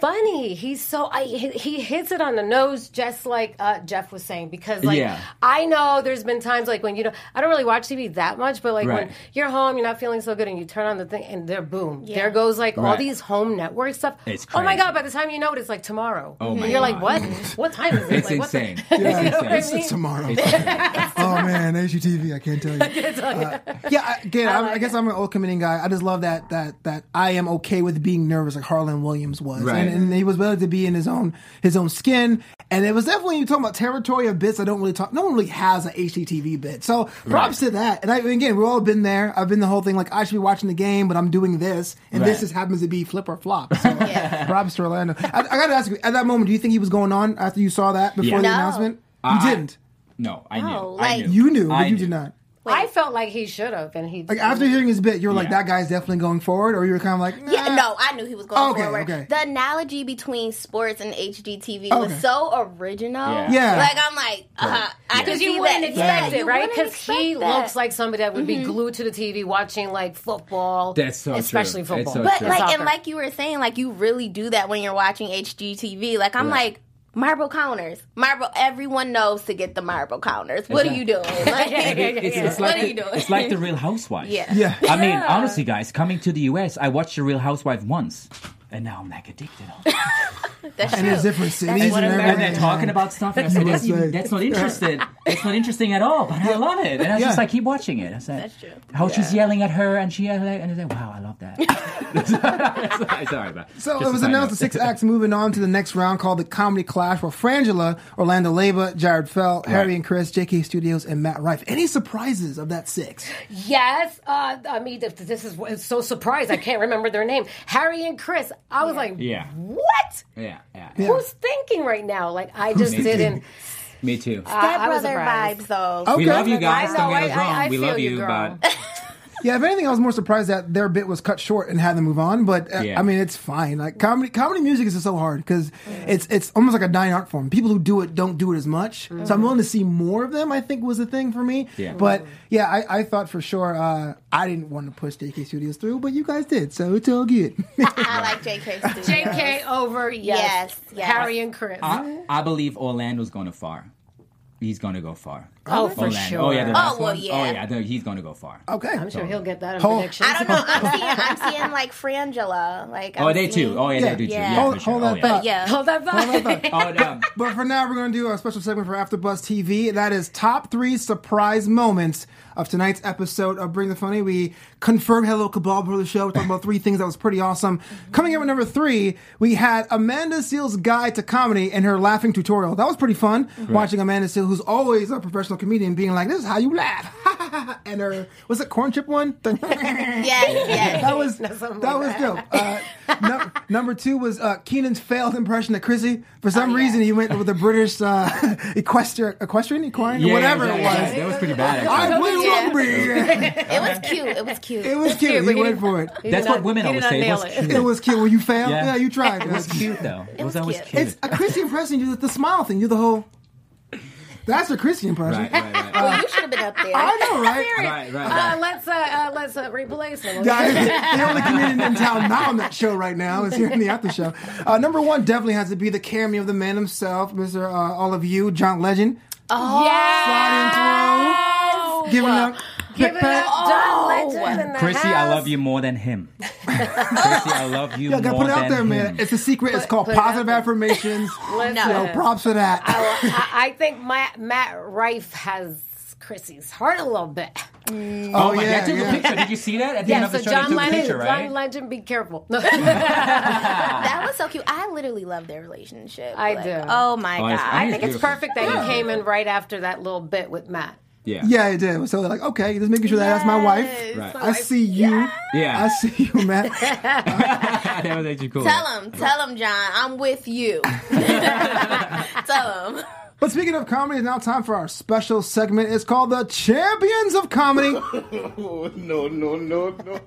S6: funny. He's so I, he, he hits it on the nose, just like uh, Jeff was saying. Because like
S4: Yeah.
S6: I know there's been times like when you don't. I don't really watch TV that much, but like
S4: Right.
S6: when you're home, you're not feeling so good, and you turn on the thing, and there, boom,
S5: Yeah.
S6: there goes like all
S4: Right.
S6: these home network stuff.
S4: It's
S6: oh my
S4: crazy.
S6: god! By the time you know it, it's like tomorrow.
S4: Oh my
S6: and you're like,
S4: God.
S6: what? what time is it?
S4: It's
S6: like, what the-
S4: insane.
S6: You know
S4: It's
S6: what I
S4: insane.
S6: mean?
S2: Tomorrow. oh man, HGTV. I can't tell you. Uh, yeah, I, again, I, I, guess I'm an old committing guy. I just love that that that I am okay with being nervous, like Harlan Williams was,
S4: Right.
S2: and, and he was willing to be in his own his own skin. And it was definitely you talking about territory of bits. I don't really talk. No one really has an HGTV bit, so props to that. And I, and again, we've all been there. I've been the whole thing like I should be watching the game, but I'm doing this, and
S4: Right.
S2: this just happens to be flip or flop. So, props to Orlando. I, I got to ask you at that moment, do you think he was going on after you saw that before
S4: Yeah.
S2: the
S4: No.
S2: announcement? You
S4: I-
S2: didn't.
S4: No, I knew.
S6: Oh,
S5: No,
S4: I
S5: like-
S4: knew.
S2: You knew, but
S4: I
S2: you did not.
S6: I felt like he should have, and he
S2: Like after hearing his bit, you were like,
S4: Yeah.
S2: "That guy's definitely going forward," or you were kind of like, nah.
S5: Yeah, no, I knew he was going
S2: Uh, Okay,
S5: forward.
S2: okay.
S5: The analogy between sports and HGTV
S2: Okay.
S5: was so original.
S4: Yeah.
S2: Yeah.
S5: Like I'm like, uh, I can
S6: Because
S5: see
S6: you
S5: that.
S6: wouldn't expect
S5: Yeah,
S6: it,
S5: you
S6: right?
S5: wouldn't
S6: Because he
S5: expect that. Mm-hmm.
S6: looks like somebody that would be glued to the TV watching like football.
S4: That's so true.
S6: especially
S4: That's
S6: football.
S4: so
S5: But
S4: true.
S5: like,
S6: Soccer.
S5: and like you were saying, like you really do that when you're watching HGTV. Like I'm like. marble counters. Marble. Everyone knows to get the marble counters. What are you doing? Like,
S4: It's, it's
S5: What
S4: like
S5: are
S4: the,
S5: you doing?
S4: It's like the Real Housewives.
S5: Yeah.
S2: Yeah.
S4: I mean, honestly, guys, coming to the US, I watched the Real Housewife once, and now I'm like addicted.
S2: And
S5: That's true.
S2: there's different cities
S6: what
S2: and
S6: America-
S4: and
S2: everything.
S4: they're talking about stuff, and I said, that's,
S2: Right.
S4: that's not interested. It's not interesting at all, but I love it. And I was just
S2: Yeah.
S4: like, keep watching it. I said,
S5: That's true.
S4: How she's yelling at her, and she yelled at- and I said, wow, I love that. Sorry about that.
S2: So
S4: Just
S2: it was
S4: a side
S2: announced the
S4: note.
S2: six acts moving on to the next round called the Comedy Clash where Frangela, Orlando Leva, Jared Fell, Harry and Chris, JK Studios, and Matt Rife. Any surprises of that six?
S6: Yes, uh, I mean th- this is it's so surprised. I can't remember their name. Harry and Chris. I was like,
S4: Yeah.
S6: what?
S4: Yeah, yeah.
S6: Who's thinking right now? Like I just didn't.
S4: Me too.
S5: Step
S6: I was
S5: brother
S6: surprised.
S5: vibes though.
S4: we
S2: okay.
S4: love you guys.
S6: Uh, I
S4: Don't
S6: know,
S4: get us
S6: I- I-
S4: wrong.
S6: I
S4: we
S6: feel
S4: love
S6: you,
S4: you,
S6: girl.
S4: but
S2: Yeah, if anything, I was more surprised that their bit was cut short and had them move on. But uh,
S4: Yeah.
S2: I mean, it's fine. Like comedy, comedy music is just so hard because it's it's almost like a dying art form. People who do it don't do it as much. So I'm willing to see more of them. I think was the thing for me.
S4: Yeah.
S2: But yeah, I, I thought for sure uh, I didn't want to push JK Studios through, but you guys did, so it's all good.
S5: I like JK. Studios.
S6: JK over yes.
S5: Yes, yes.
S6: Harry and Chris.
S4: I, I believe Orlando's going to far. He's going to go far.
S6: Oh, for
S4: Orlando.
S6: sure.
S4: Oh, yeah. The last
S5: well,
S4: one?
S5: yeah.
S4: Oh, yeah. the- he's going to go far.
S2: okay,
S6: I'm sure he'll get that in
S2: Hold-
S6: prediction.
S5: I don't know. I'm seeing. I'm seeing like Frangela. Like
S4: Oh,
S5: I'm
S4: they
S5: seeing,
S4: too. Oh, yeah,
S2: Yeah.
S4: they do too.
S5: Yeah.
S4: Yeah,
S2: Hold-
S4: for sure.
S2: hold
S4: oh,
S2: that
S4: yeah.
S2: thought.
S5: Yeah.
S6: Hold that vibe.
S4: Oh, damn.
S2: But for now, we're going to do a special segment for AfterBuzz TV. That is top three surprise moments of tonight's episode of Bring the Funny. We confirmed Hello Cabal before the show. We're talking about three things that was pretty awesome. Coming up at number three, we had Amanda Seals' guide to comedy and her laughing tutorial. That was pretty fun. Watching Amanda Seal, who's always a professional comedian, being like, "This is how you laugh." and her was it corn chip one?
S5: Yes, yes.
S2: that was that was dope. Uh, num- number two was uh, Keenan's failed impression of Chrissy. For
S4: Oh,
S2: some reason, he went with the British uh, equestrian, equestrian, equine,
S4: Yeah,
S2: whatever
S4: yeah,
S2: it
S4: yeah,
S2: was.
S4: That was pretty bad. actually.
S2: I went
S5: Yeah.
S2: rugby.
S5: It was cute. It was cute.
S2: It was cute.
S6: but
S2: He
S6: he
S2: went
S6: didn't-
S2: for it.
S4: That's
S6: did
S4: what
S6: not-
S4: women
S6: he did
S4: always
S6: not
S4: say. It
S6: nail
S4: was
S6: it.
S4: cute.
S2: It was cute. Well, you failed.
S4: Yeah.
S2: Yeah, you tried.
S4: It was cute though. It was
S5: was
S4: always
S5: cute.
S4: cute.
S2: It's a Chrissy impression. You do the, the smile thing. You do the whole. That's a Chrissy impression.
S4: Right, right, right.
S5: Well, you should have been up there.
S2: I know, right?
S4: right, right,
S6: Uh,
S4: right.
S6: let's uh, uh, let's uh, replace him.
S2: Yeah, the only comedian in town not on that show right now is here in the after show. Uh, number one definitely has to be the cameo of the man himself, Mr. Uh, all of you, John Legend. Sliding through, giving up.
S6: Give it up, John Legend in the
S4: Chrissy, I
S6: house.
S4: love you more than him. Chrissy, I love you
S2: Yeah,
S4: more
S2: gotta put it out
S4: than
S2: there, man.
S4: him.
S2: It's a secret. it's
S6: Put-
S2: called
S6: put it out
S2: positive
S6: there.
S2: affirmations.
S6: Listen.
S2: So props for that.
S6: I, will- I- I think my, Matt Rife has Chrissy's heart a little bit.
S4: oh, my
S2: yeah,
S4: God, I took
S2: yeah.
S4: a picture. Did you see that? At the end
S6: Yeah,
S4: of the
S6: so
S4: show, they
S6: John
S4: took a
S6: Legend,
S4: picture, right?
S6: John Legend, be careful.
S5: That was so cute. I literally love their relationship.
S6: I
S5: Like,
S6: do.
S5: Oh my
S4: Oh,
S5: god.
S4: it's-
S6: I think it's
S4: beautiful.
S6: perfect that you came in right after that little bit with Matt.
S4: yeah.
S2: yeah, I did. So they're like, okay, just making sure that that's my wife.
S4: Right.
S2: I see you.
S4: Yeah.
S2: I see you, Matt.
S4: that was actually cool.
S5: Tell him, tell him, John. I'm with you. tell him.
S2: but speaking of comedy, it's now time for our special segment. It's called the Champions of Comedy.
S1: No, no, no, no.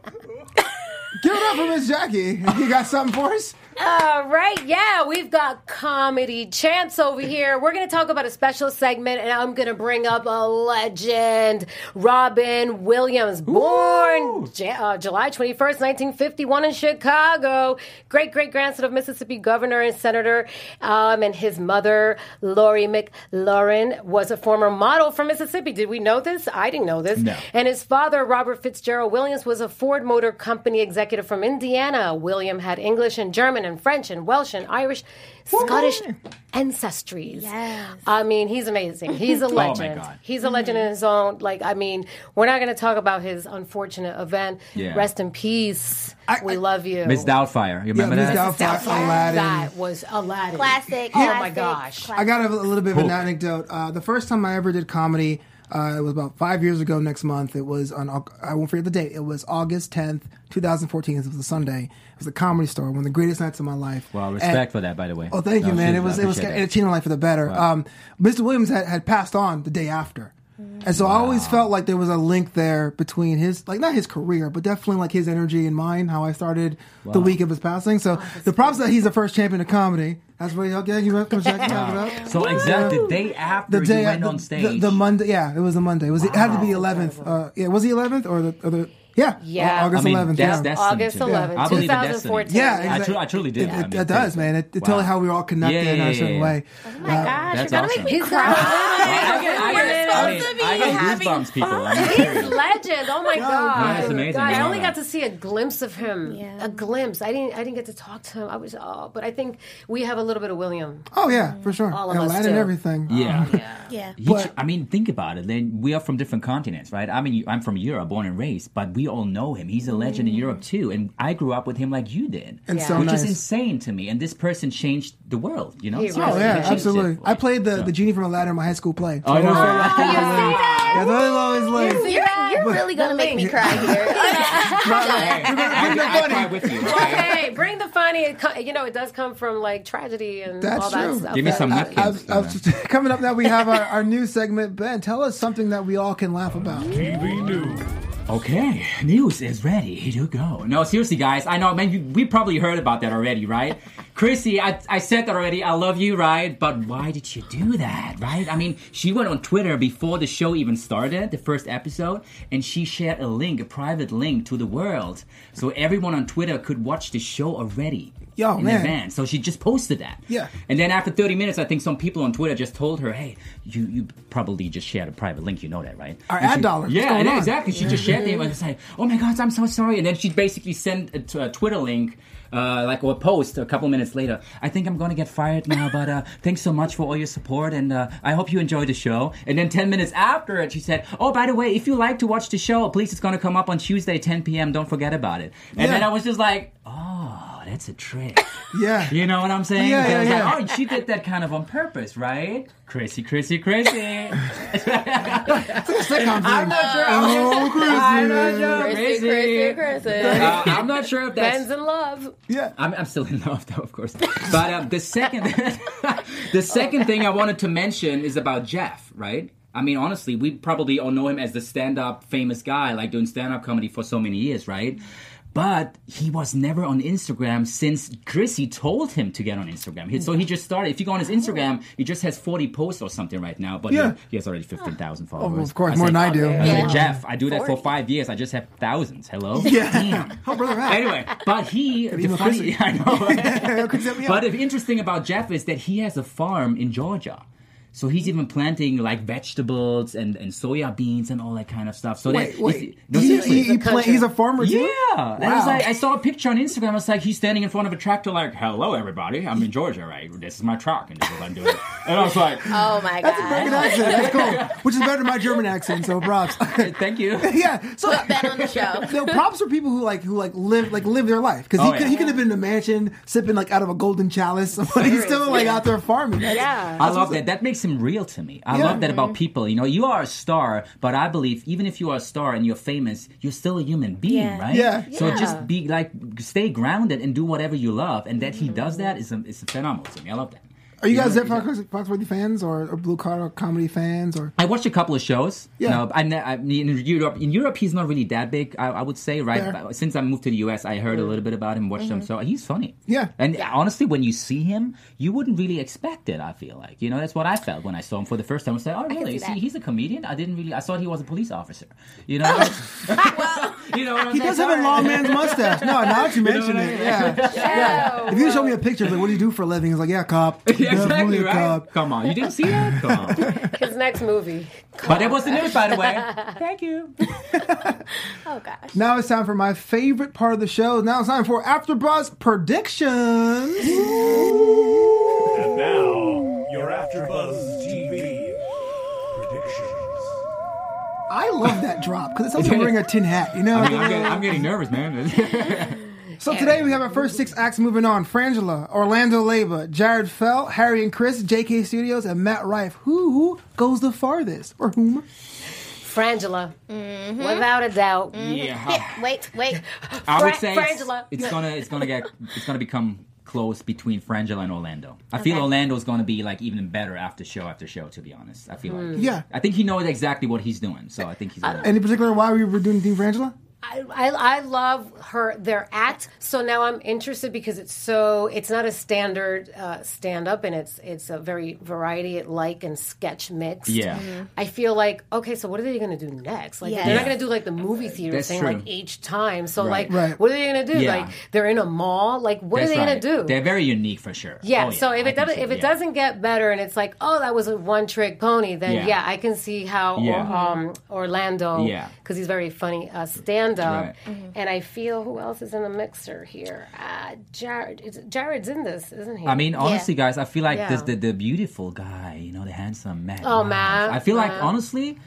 S2: Give it up for Miss Jackie. You got something for us?
S6: All right, yeah, we've got comedy chance over here. We're going to talk about a special segment, and I'm going to bring up a legend, Robin Williams, born Ja- uh, July 21st, 1951, in Chicago. Great great grandson of Mississippi governor and senator, um, and his mother, Lori McLaurin, was a former model from Mississippi. Did we know this? I didn't know this.
S4: No.
S6: And his father, Robert Fitzgerald Williams, was a Ford Motor Company executive from Indiana. William had English and German and French and Welsh and Irish, Scottish ancestries. I mean, he's amazing. He's a
S4: Oh my
S6: legend.
S4: God. Mm-hmm.
S6: He's a legend in his own. Like, I mean, we're not going to talk about his unfortunate event.
S4: Yeah.
S6: Rest in peace. we love you.
S4: Miss Doubtfire. You
S2: Yeah,
S4: remember
S2: Miss
S4: that?
S2: Doubtfire, Aladdin.
S6: That was Aladdin.
S5: Classic.
S6: Oh my
S5: classic,
S6: gosh.
S2: I
S5: classic.
S2: got a, a little bit of an anecdote. Uh, the first time I ever did comedy, uh, it was about five years ago. Next month, it was on. Au- I won't forget the date. It was August tenth, two thousand fourteen. It was a Sunday. It was a comedy store. One of the greatest nights of my life.
S4: Well,
S2: And-
S4: respect for that, by the way.
S2: Oh, thank you,
S4: No,
S2: man.
S4: seriously,
S2: It was
S4: I
S2: it was
S4: appreciate
S2: it changed my life for the better. Um, Mr. Williams had, had passed on the day after, and so I always felt like there was a link there between his like not his career, but definitely like his energy and mine. How I started the week of his passing. So the props that he's the first champion of comedy. That's what y'all get. You have to check it out.
S4: So exactly the day after
S2: The day
S4: you went
S2: the,
S4: on
S2: the-
S4: stage.
S2: The, Monday, yeah, it was a Monday. It was it had to be eleventh? Uh, yeah, was the eleventh or the or the Yeah.
S6: Yeah.
S2: Au- August
S4: I mean,
S2: 11th.
S4: that's
S2: yeah.
S4: destiny.
S6: August
S4: too.
S6: 11th,
S4: I believe in destiny.
S6: 2014.
S2: Yeah,
S4: I,
S2: exactly.
S4: tru- I truly did.
S2: It,
S4: I
S2: it,
S4: mean,
S2: it does, man. It, it totally
S4: Wow.
S2: how we were all connected
S4: Yeah,
S2: in a
S4: yeah,
S2: certain
S4: yeah.
S2: way.
S5: Oh my gosh,
S4: That's
S5: you're gonna
S4: awesome.
S5: make me cry.
S4: I get- I
S5: We're
S4: get- I
S5: supposed
S4: get-
S5: to be
S4: I get
S5: having
S4: goosebumps, people. I'm
S6: He's
S4: serious.
S6: legend. Oh my god,
S4: that's amazing.
S6: God, I
S4: Wow.
S6: only got to see a glimpse of him.
S5: Yeah.
S6: A glimpse. I didn't. I didn't get to talk to him. I was. Oh, but I think we have a little bit of William.
S2: Oh, yeah, for sure.
S6: All of
S2: and
S6: us
S2: Aladdin and
S6: do.
S2: everything.
S4: Yeah.
S5: Yeah.
S4: He tr- I mean, think about it. Then we are from different continents, right? I mean, you- I'm from Europe, born and raised, but we all know him. He's a legend in Europe too, and I grew up with him like you did,
S2: Mm. And so
S4: which
S2: nice.
S4: is insane to me. And this person changed the world, you know?
S6: He
S4: Seriously,
S6: really
S2: Oh,
S4: he
S2: yeah,
S4: changed it
S2: absolutely.
S4: for
S2: I
S4: me.
S2: played the,
S4: So-
S2: the genie from Aladdin in my high school play.
S4: Oh, no.
S2: That's what I always like.
S5: Oh, You're, you're really gonna make me cry here.
S4: I, I, I cry with you. Okay?
S6: Hey, bring the funny. It co- You know, it does come from like tragedy and
S2: That's
S6: all that uh,
S2: true.
S6: stuff.
S4: Give me
S6: But-
S4: some
S2: I-
S4: napkins.
S2: I was- I was just- coming up now, we have our, our new segment. Ben, tell us something that we all can laugh about.
S4: Okay, news is ready to go. No, seriously, guys, I know, man, you, we probably heard about that already, right? Chrissy, I, I said that already. I love you, right? But why did she do that, right? I mean, she went on Twitter before the show even started, the first episode, and she shared a link, a private link to the world. So everyone on Twitter could watch the show already.
S2: Yo,
S4: in
S2: man.
S4: advance. So she just posted that.
S2: Yeah.
S4: And then after 30 minutes, I think some people on Twitter just told her, hey, you, you probably just shared a private link. You know that, right?
S2: Our
S4: And
S2: ad
S4: she-
S2: dollars. What's
S4: Yeah,
S2: going
S4: and
S2: on?
S4: exactly. She just shared it and was like, "Oh my God, I'm so sorry." And then she basically sent a, t- a Twitter link, uh, like or a post, a couple minutes later. I think I'm gonna get fired now, but uh, thanks so much for all your support, and uh, I hope you enjoy the show. And then 10 minutes after it, she said, "Oh, by the way, if you like to watch the show, please, it's gonna come up on Tuesday, 10 p.m. Don't forget about it." And
S2: Yeah.
S4: then I was just like, "Oh, that's a trick."
S2: Yeah.
S4: You know what I'm saying?
S2: Yeah,
S4: So I was
S2: yeah,
S4: like, oh, she did that kind of on purpose, right? Crazy, crazy, crazy.
S2: Sitcom
S4: I'm
S2: thing.
S4: not sure.
S2: Oh,
S4: I'm
S2: Chrissy.
S4: not sure.
S5: Chrissy,
S4: Crazy.
S5: Chrissy, Chrissy.
S4: Uh, I'm not sure if that's.
S6: Ben's in love.
S2: Yeah.
S4: I'm, I'm still in love, though, of course. But um, the second, the second thing I wanted to mention is about Jeff, right? I mean, honestly, we probably all know him as the stand-up famous guy, like doing stand-up comedy for so many years, right? But he was never on Instagram since Chrissy told him to get on Instagram. He- So he just started. If you go on his Instagram, he just has 40 posts or something right now, but
S2: Yeah.
S4: he, he has already 15,000 followers.
S2: Well, of course, more than
S4: said,
S2: I do.
S4: I
S5: Yeah.
S4: said, Jeff, I do that for five years. I just have thousands. Hello? Mm.
S2: Yeah. Oh, brother, right.
S4: anyway, but he. The
S2: even
S4: funny, I know.
S2: Chris, help me out.
S4: but the interesting about Jeff is that he has a farm in Georgia. So he's even planting like vegetables and, and soya beans and all that kind of stuff. So
S2: Wait,
S4: that,
S2: wait.
S4: no,
S2: he, he,
S4: seriously.
S2: he play, he's a farmer too?
S4: yeah, and I
S2: Wow.
S4: was like, I saw a picture on Instagram. I was like, he's standing in front of a tractor, like, "Hello, everybody, I'm in Georgia, right? This is my truck, and this is what I'm doing." And I was like,
S2: Uh,
S5: Oh my
S2: That's a
S5: god.
S2: American accent. That's cool. Which is better than my German accent, so props.
S4: "Thank you."
S2: yeah. So
S5: Bet on the show.
S2: No, props for people who like who like live like live their life because
S4: Oh,
S2: he,
S4: yeah.
S2: could he could have been in a mansion sipping like out of a golden chalice, but he's still like out there farming. That's-
S6: Yeah.
S4: I love that. That makes him real to me. I
S2: Yeah. Mm-hmm.
S4: love that about people. You know, you are a star, but I believe even if you are a star and you're famous, you're still a human being,
S5: Yeah.
S4: right?
S2: Yeah.
S4: So just be like, stay grounded and do whatever you love. And that he does that is a, is phenomenal to me. I love that.
S2: Are you guys Zeb Fox- Foxworthy fans or, or blue collar comedy fans or?
S4: I watched a couple of shows.
S2: Yeah.
S4: No, I, ne- I mean, in Europe, in Europe, he's not really that big. I, I would say, right?
S2: Fair. Mm-hmm.
S4: But Since I moved to the US, I heard a little bit about him, watched him. So he's funny.
S2: Yeah.
S4: And honestly, when you see him, you wouldn't really expect it. I feel like you know that's what I felt when I saw him for the first time. I was like, oh really?
S5: see that.
S4: See, he's a comedian. I didn't really. I thought he was a police officer. You know. you know. What I'm
S2: He
S4: saying?
S2: does have a
S4: Sorry.
S2: long man's mustache. No, now that you mention
S4: what I
S2: it,
S4: mean?
S2: yeah. yeah. If you show me a picture, like, what do you do for a living? He's like, yeah, cop.
S4: Yeah, exactly
S2: Definitely a
S4: right. Come on, you didn't see that. Come on.
S6: His next movie.
S4: but that was the news, by the way. Thank you.
S5: Oh gosh.
S2: Now it's time for my favorite part of the show. Now it's time for After Buzz predictions.
S8: And now, your AfterBuzz TV predictions.
S2: I love that drop because it sounds like wearing a tin hat. You know,
S4: I mean, I'm, getting, I'm getting nervous, man.
S2: So today we have our first six acts moving on. Frangela, Orlando Leba, Jared Fell, Harry and Chris, JK Studios, and Matt Rife. Who goes the farthest? Or whom?
S6: Frangela. Without a doubt.
S4: yeah.
S5: Mm-hmm. Wait, wait.
S4: I would
S6: Fra-
S4: say it's,
S6: Frangela.
S4: it's gonna it's gonna get it's gonna become close between Frangela and Orlando. I feel
S5: Okay.
S4: Orlando's gonna be like even better after show after show. To be honest, I feel like
S2: Yeah.
S6: Uh,
S4: I think he knows exactly what he's doing, so I think he's. Gonna,
S2: Any particular why we were doing Team Frangela?
S6: I, I I love her their act. So now I'm interested because it's so it's not a standard uh, stand up and it's it's a very variety like and sketch mix.
S4: Yeah. Mhm.
S6: I feel like okay, so what are they going to do next? Like
S5: Yeah.
S6: they're not
S4: Yeah.
S6: going to do like the movie theater
S4: That's
S6: thing like
S4: true.
S6: each time. So
S4: Right.
S6: like
S2: Right.
S6: what are they going to do?
S4: Yeah.
S6: Like they're in a mall. Like what
S4: That's
S6: are they
S4: right.
S6: going to do?
S4: They're very unique for sure.
S6: Yeah,
S4: Oh,
S6: so if
S4: I
S6: it
S4: think
S6: doesn't
S4: so,
S6: if it
S4: yeah.
S6: doesn't get better and it's like, oh, that was a one trick pony, then yeah.
S4: Yeah.
S6: I can see how
S4: Yeah.
S6: or, um, Orlando,
S4: Yeah.
S6: because he's very funny, uh, stand up.
S4: Right.
S6: And I feel who else is in the mixer here? Uh, Jared, is, Jared's in this, isn't he?
S4: I mean, honestly, guys, I feel like
S6: Yeah.
S4: this, the the beautiful guy, you know, the handsome Matt.
S6: Oh,
S4: Rife.
S6: Matt,
S4: I feel like
S6: Matt.
S4: honestly,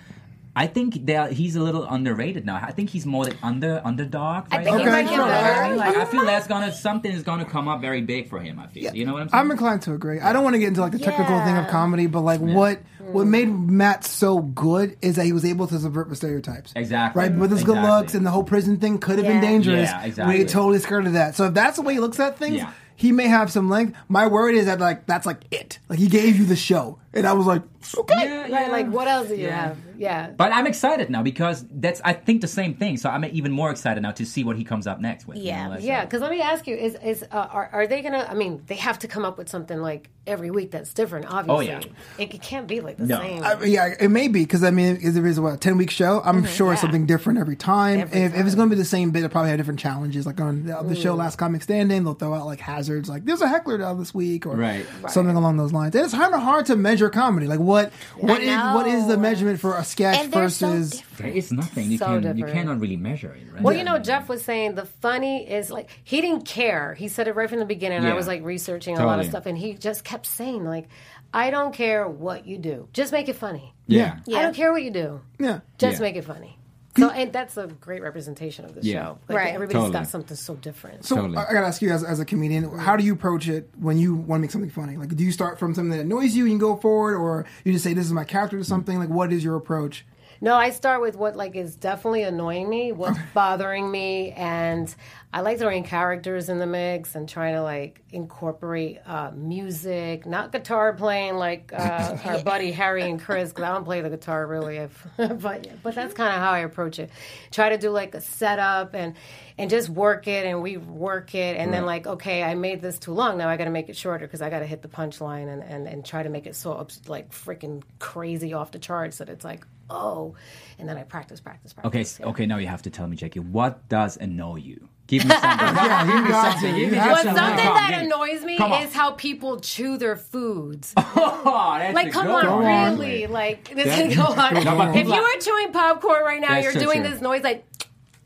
S4: I think that he's a little underrated now. I think he's more the under underdog. Right
S5: think
S4: now.
S5: he's Okay,
S2: making sure. better.
S4: Like, I feel that's gonna something is gonna come up very big for him. I feel. You know what I'm saying?
S2: I'm inclined to agree. I don't want to get into like the technical
S5: Yeah. Mm.
S2: thing of comedy, but like what what made Matt so good is that he was able to subvert the stereotypes.
S4: Exactly.
S2: Right, with his good
S4: Exactly.
S2: looks and the whole prison thing could have been
S5: Yeah.
S2: dangerous.
S4: Yeah, exactly.
S2: We totally skirted that. So if that's the way he looks at things,
S4: Yeah.
S2: he may have some length. My worry is that like that's like it. Like he gave you the show, and I was like, okay.
S4: Yeah,
S6: Right,
S4: yeah.
S6: like what else do you
S4: Yeah.
S6: have? Yeah.
S4: But I'm excited now because that's I think the same thing. So I'm even more excited now to see what he comes up next with. you
S5: Yeah.
S4: know, like,
S6: yeah, because let me ask you: Is is uh, are, are they gonna? I mean, they have to come up with something like every week that's different. Obviously, it, it can't be like the
S4: Oh, No.
S6: same.
S2: I mean, yeah, it may be because I mean, is it is what a ten week show? I'm sure it's something different every time.
S6: Every
S2: and if, if it's going to be the same bit, it probably have different challenges. Like on the, the show Last Comic Standing, they'll throw out like hazards, like there's a heckler down this week, or
S4: Right.
S2: something along those lines. And it's kind of hard to measure comedy. Like what what is
S5: know.
S2: what is the measurement for a sketch
S5: And they're so
S2: versus?
S4: There is nothing you
S6: So
S4: can you
S6: different.
S4: cannot really measure it. Right?
S6: Well, you know, Jeff was saying the funny is like he didn't care. He said it right from the beginning. I
S4: Yeah.
S6: was like researching a lot of
S4: Totally.
S6: stuff, and he just kept saying like, "I don't care what you do, just make it funny.
S4: Yeah.
S6: I don't care what you do,
S2: yeah.
S6: just
S4: Yeah.
S6: make it funny." So, and that's a great representation of the
S4: Yeah.
S6: show. Like,
S5: Right.
S6: everybody's
S4: Totally.
S6: got something so different.
S2: So
S4: Totally.
S2: I I gotta ask you, as, as a comedian, how do you approach it when you want to make something funny? Like, do you start from something that annoys you and go forward, or you just say this is my character or something? Like, what is your approach?
S6: No, I start with what like is definitely annoying me, what's bothering me, and I like throwing characters in the mix and trying to like incorporate uh, music, not guitar playing like uh, our buddy Harry and Chris. Because I don't play the guitar really, if, but but that's kind of how I approach it. Try to do like a setup and and just work it and we work it, and then like okay, I made this too long. Now I got to make it shorter because I got to hit the punchline and, and and try to make it so obs- like freaking crazy off the charts that it's like oh, and then I practice, practice, practice.
S4: Okay, s- okay. Now you have to tell me, Jackie, what does annoy you? Give me something. yeah, give me something. Give me
S6: Well,
S4: something.
S6: something
S4: Come on,
S6: that
S4: give me-
S6: annoys me
S4: Come on.
S6: is how people chew their foods.
S4: Oh, that's
S6: like,
S4: a
S6: come
S4: good
S6: on,
S4: one.
S6: really? Like, this
S4: Yeah.
S6: can go on.
S4: No, but
S6: if
S4: people
S6: you
S4: are-
S6: were chewing popcorn right now,
S4: That's
S6: you're
S4: so
S6: doing
S4: true.
S6: this noise like,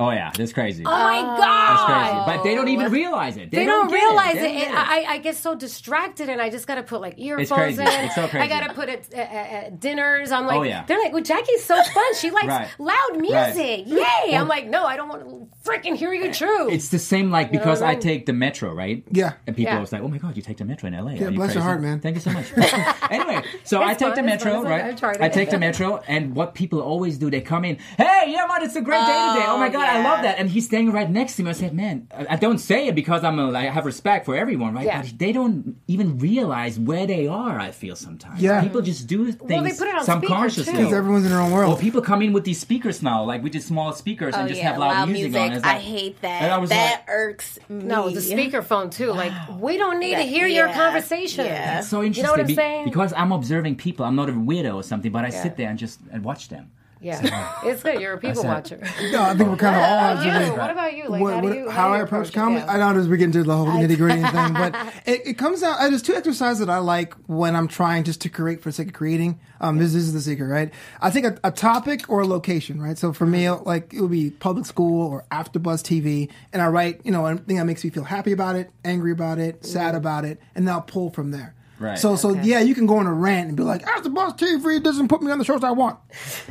S4: Oh yeah, that's crazy.
S6: oh my
S4: that's
S6: god.
S4: crazy. But they don't even realize it. They,
S6: They don't,
S4: get
S6: realize
S4: They
S6: it.
S4: don't
S6: And
S4: get
S6: I, I get so distracted, and I just got to put like earphones
S4: crazy.
S6: in.
S4: It's so crazy.
S6: I got to put it at, at, at dinners. I'm like,
S4: Oh, yeah.
S6: they're like, well, Jackie's so fun. She likes
S4: Right.
S6: loud
S4: Right.
S6: music. Yay! I'm like, no, I don't want to freaking hear you chew.
S4: It's the same, like
S6: know
S4: because
S6: what I
S4: I,
S6: mean?
S4: take the metro, right?
S2: Yeah.
S4: And people
S6: Yeah.
S4: was like, "Oh my god, you take the metro in LA?
S2: Yeah,
S4: Are you
S2: bless your
S4: crazy?"
S2: heart, man.
S4: Thank you so much. anyway, so I take
S6: fun,
S4: the
S6: it's
S4: metro,
S6: fun, it's fun.
S4: right?
S6: I've tried
S4: I
S6: it.
S4: take the metro, and what people always do, they come in, "Hey, yeah, man, it's a great day today. Oh my god, I
S5: yeah.
S4: love that." And he's standing right next to me. I said, "Man, I I don't say it because I'm a, I have respect for everyone, right?
S6: Yeah.
S4: But they don't even realize where they are. I feel sometimes.
S2: Yeah.
S4: People just do things
S6: they put it on speaker, too.
S4: subconsciously.
S2: Because everyone's in their own world.
S4: Well, people come in with these speakers now, like with these small speakers,
S5: Oh,
S4: and just have loud, music, on. It's
S5: I
S4: like-
S5: hate
S4: And
S5: that.
S4: I was
S5: that
S4: like,
S5: irks me.
S6: No, the speakerphone too. Like we don't need to
S5: That-
S6: hear your
S5: yeah,
S6: conversation.
S5: yeah.
S4: That's so interesting.
S6: You know what I'm
S4: be-
S6: saying?
S4: Because I'm observing people. I'm not a weirdo or something, but I sit there and just and watch them.
S6: yeah, it's good. You're a people
S4: said-
S6: watcher.
S2: No, I think we're kind of all out of
S6: you,
S2: the way.
S6: what about you? Like,
S2: What-
S6: how,
S2: what-
S6: do you,
S2: how
S6: do
S2: I
S6: you
S2: approach
S6: it?
S2: comedy.
S6: Yeah.
S2: I don't know as we get into the whole nitty gritty thing, but it, it comes out. uh, There's two exercises that I like when I'm trying just to create for the sake of creating. Um, this, this is the secret, right? I take a, a topic or a location, right? So for me,
S6: Mm-hmm.
S2: like it would be public school or after buzz TV, and I write, you know, a thing that makes me feel happy about it, angry about it,
S6: Mm-hmm.
S2: sad about it, and then I'll pull from there.
S4: Right.
S2: So, so yeah, you can go on a rant and be like, "After Buzz TV doesn't put me on the shows I want,"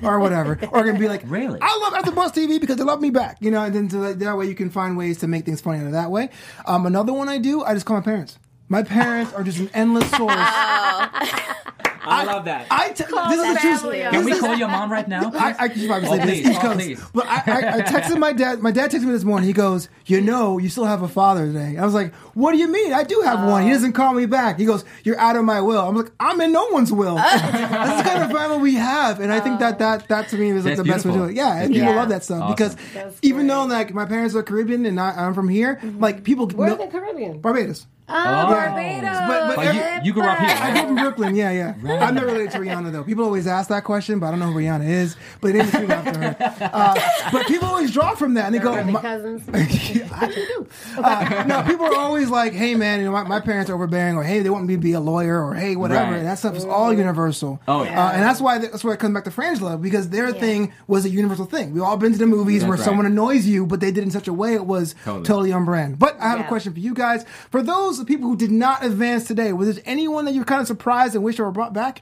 S2: or whatever, or it can be like,
S4: Really?
S2: I love After Buzz TV because they love me back. You know, and then so that, that way you can find ways to make things funny out of that way. Um, another one I do, I just call my parents. My parents are just an endless source
S4: I love that.
S2: I t- this is the truth.
S5: family
S2: This
S5: up.
S4: Can we
S2: is-
S4: call your mom right now?
S2: I, I keep on saying
S4: please,
S2: this East
S4: oh,
S2: Coast.
S4: please.
S2: But I, I, I texted my dad. My dad texted me this morning. He goes, "You know, you still have a father today." I was like, "What do you mean? I do have
S4: Oh.
S2: one." He doesn't call me back. He goes, "You're out of my will." I'm like, "I'm in no one's will." That's the kind of family we have, and I think that that that to me is like
S4: That's
S2: the best way to do
S4: beautiful.
S2: it. Yeah, and
S4: That's
S2: people
S5: beautiful.
S2: love that stuff
S4: Awesome.
S2: because even though like my parents are Caribbean and I, I'm from here,
S4: Mm-hmm.
S2: like people
S6: We're
S2: know-
S6: the Caribbean.
S2: Barbados.
S4: Oh.
S6: Barbados.
S2: But- but
S4: But you, you grew up here.
S2: I
S4: right?
S2: grew up in Brooklyn. Yeah, yeah. I'm not related to Rihanna though. People always ask that question, but I don't know who Rihanna is. But it is named after her. Uh, but people always draw from that and they go.
S6: Really
S2: "My-
S6: cousins.
S2: I do. Uh, no, people are always like, "Hey, man, you know, my, my parents are overbearing," or "Hey, they want me to be a lawyer," or "Hey, whatever."
S4: Right.
S2: And that stuff is all universal.
S4: Oh, yeah.
S2: Uh, and that's why that's why it comes back to Frangela because their thing was a universal thing. We've all been to the movies where
S4: right.
S2: someone annoys you, but they did it in such a way it was totally,
S4: Totally.
S2: on brand. But I have a
S6: Yeah.
S2: question for you guys: for those people who did not advance today, was there anyone that you're kind of surprised and wish they were brought back?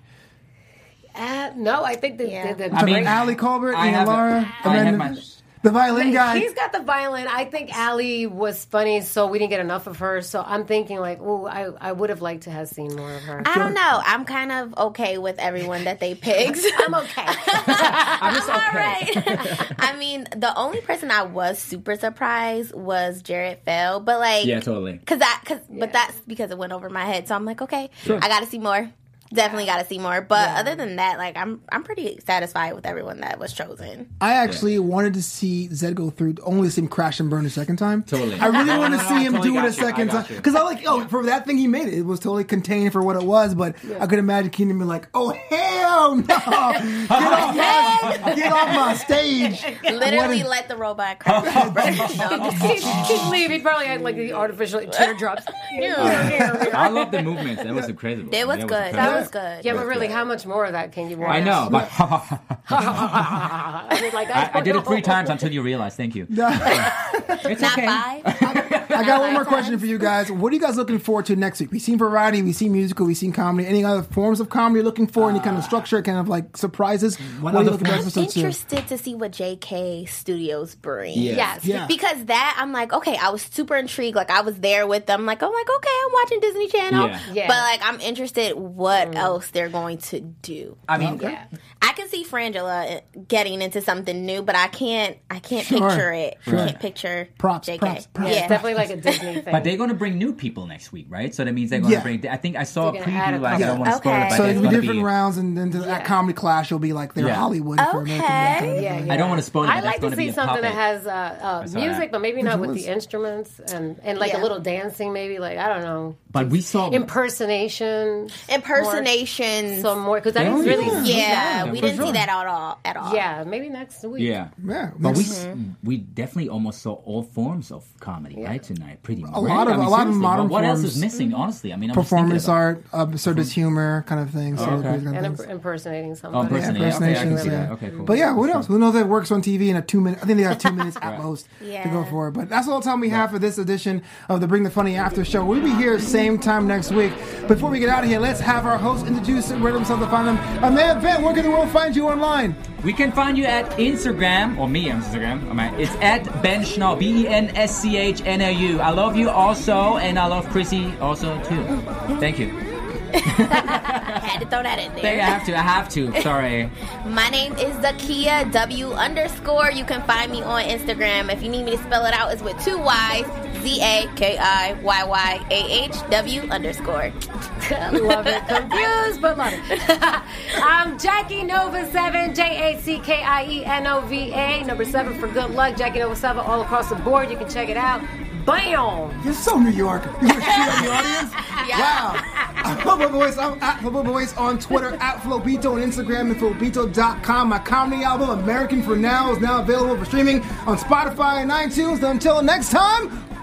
S6: Uh, no, I think they
S5: Yeah.
S6: did the
S4: I mean,
S6: great-
S2: Ali Colbert,
S4: I
S2: Ian
S4: have a-
S2: Lara,
S4: I
S2: and
S4: have
S2: then
S4: my-
S2: the violin guy.
S6: He's got the violin. I think Allie was funny, so we didn't get enough of her. So I'm thinking, like, ooh, I, I would have liked to have seen more of her.
S5: I don't know. I'm kind of okay with everyone that they picked.
S6: I'm okay.
S4: I'm just okay.
S5: I mean, the only person I was super surprised was Jared Fell, but like,
S4: Yeah, totally.
S5: Cause I, cause, but that's because it went over my head. So I'm like, okay, I got to see more. Definitely got to see more. But other than that, like, I'm, I'm pretty satisfied with everyone that was chosen.
S2: I actually wanted to see Zed go through only to see him crash and burn a second time.
S4: Totally.
S2: I really
S4: No,
S2: want to
S4: no, no,
S2: see
S4: I
S2: him
S4: totally
S2: do it a
S4: got you. I
S2: second time.
S4: got you.
S2: Because I like, oh, for that thing he made it, it was totally contained for what it was, but I could imagine Keenan being like, oh, hell no! Get off my, get off my stage!
S5: Literally,
S2: What
S5: let the robot crash. No, I'm just
S6: he'd,
S5: kidding.
S6: he'd leave. He'd probably had like the artificial teardrops.
S4: I love the movements. That was incredible.
S5: It was
S4: That
S5: good.
S4: incredible.
S5: That was good.
S6: Yeah, but really, how much more of that can you watch?
S4: I know. But
S6: I, mean, like,
S4: I, I
S6: don't
S4: did it
S6: know.
S4: three times until you realize. Thank you.
S2: a-
S4: It's
S5: Not
S4: okay.
S5: five.
S2: I got one more question for you guys. What are you guys looking forward to next week? We've seen variety, we've seen musical, we've seen comedy. Any other forms of comedy you're looking for? Any kind of structure, kind of like surprises? What are you
S4: other
S2: looking
S4: form?
S2: for episode two?
S5: interested to see what JK Studios bring.
S6: Yes.
S2: Yeah.
S5: Because that I'm like, okay, I was super intrigued. Like I was there with them. Like I'm like, okay, I'm watching Disney Channel.
S4: Yeah.
S6: Yeah.
S5: But like I'm interested what else they're going to do.
S4: I mean,
S5: I can see Frangela eh, getting into something new, but I can't I can't
S2: Sure.
S5: picture it. I can't picture
S2: Props,
S5: JK.
S2: props, props,
S5: yeah.
S6: Definitely like a Disney thing.
S4: but they're going to bring new people next week, right? So that means they're going to
S2: Yeah.
S4: bring. I think I saw a
S6: They're gonna add a
S4: preview. I don't
S2: couple.
S4: want to spoil it,
S5: Okay.
S4: but
S2: So
S4: there's
S2: it'll be
S4: gonna
S2: different
S4: be-
S2: rounds, and then to
S6: Yeah.
S2: that comedy clash will be like their
S4: Yeah.
S2: Hollywood for American.
S5: Okay.
S6: yeah, yeah.
S4: I don't want to spoil it. but
S6: I like
S4: that's
S6: to
S4: gonna be
S6: see
S4: a
S6: something that
S4: puppet.
S6: has uh, uh,
S4: saw that.
S6: music, but maybe not with
S2: was-
S6: the instruments and, and like
S5: Yeah.
S6: a little dancing, maybe like I don't know
S4: But we saw.
S6: impersonation,
S5: Impersonations.
S6: some more because I didn't
S4: Oh, yeah.
S6: really see that.
S5: yeah,
S4: Yeah,
S5: we
S4: for
S5: didn't see
S4: sure.
S5: that at all at all.
S6: Yeah, maybe next week.
S4: yeah.
S2: Yeah,
S4: But we
S2: makes-
S4: we definitely almost saw all forms of comedy right tonight, pretty much. A
S2: lot of- a lot of modern
S4: What else
S2: forms.
S4: is missing? Honestly, I mean, I'm just thinking
S2: performance
S4: about-
S2: art, uh, so does humor, kind of things. so
S4: Mm-hmm. Oh, okay.
S2: those kind of
S6: and
S2: things.
S6: imp- impersonating
S4: Oh,
S6: somebody.
S4: impersonation. Okay, I can
S2: impersonations,
S4: see that.
S2: yeah.
S4: Okay, cool.
S2: But yeah, what else? Who knows if it works on TV in a two minute? I think they have two minutes at most to go
S5: Yeah.
S2: for it. But that's all the time we have for this edition of the Bring the Funny After Show. We'll be here same time next week. Before we get out of here, let's have our host introduce where themselves to find them. Amanda Vent, where can the world find you online?
S4: We can find you at Instagram, or me on Instagram. I'm at- It's at Ben Schnau, B E N S C H N A U. I love you also, and I love Chrissy also too. Thank you.
S5: I had to throw that in there.
S4: Thank you. I have to. I have to. Sorry.
S5: My name is Zakia W underscore. You can find me on Instagram. If you need me to spell it out, it's with two Y's. Z A K I Y Y A H W underscore.
S6: love it. Confused, but love it. I'm Jackie Nova 7, J A C K I E N O V A, number 7 for good luck. Jackie Nova 7 all across the board. You can check it out. Bam!
S2: You're so New York. You want to shoot at the audience?
S5: Yeah.
S2: Wow. I'm Flobo Boys. I'm at Flobo Boys on Twitter, at Flobito on Instagram, and Flobito.com. My comedy album, American for Now, is now available for streaming on Spotify and iTunes. Until next time,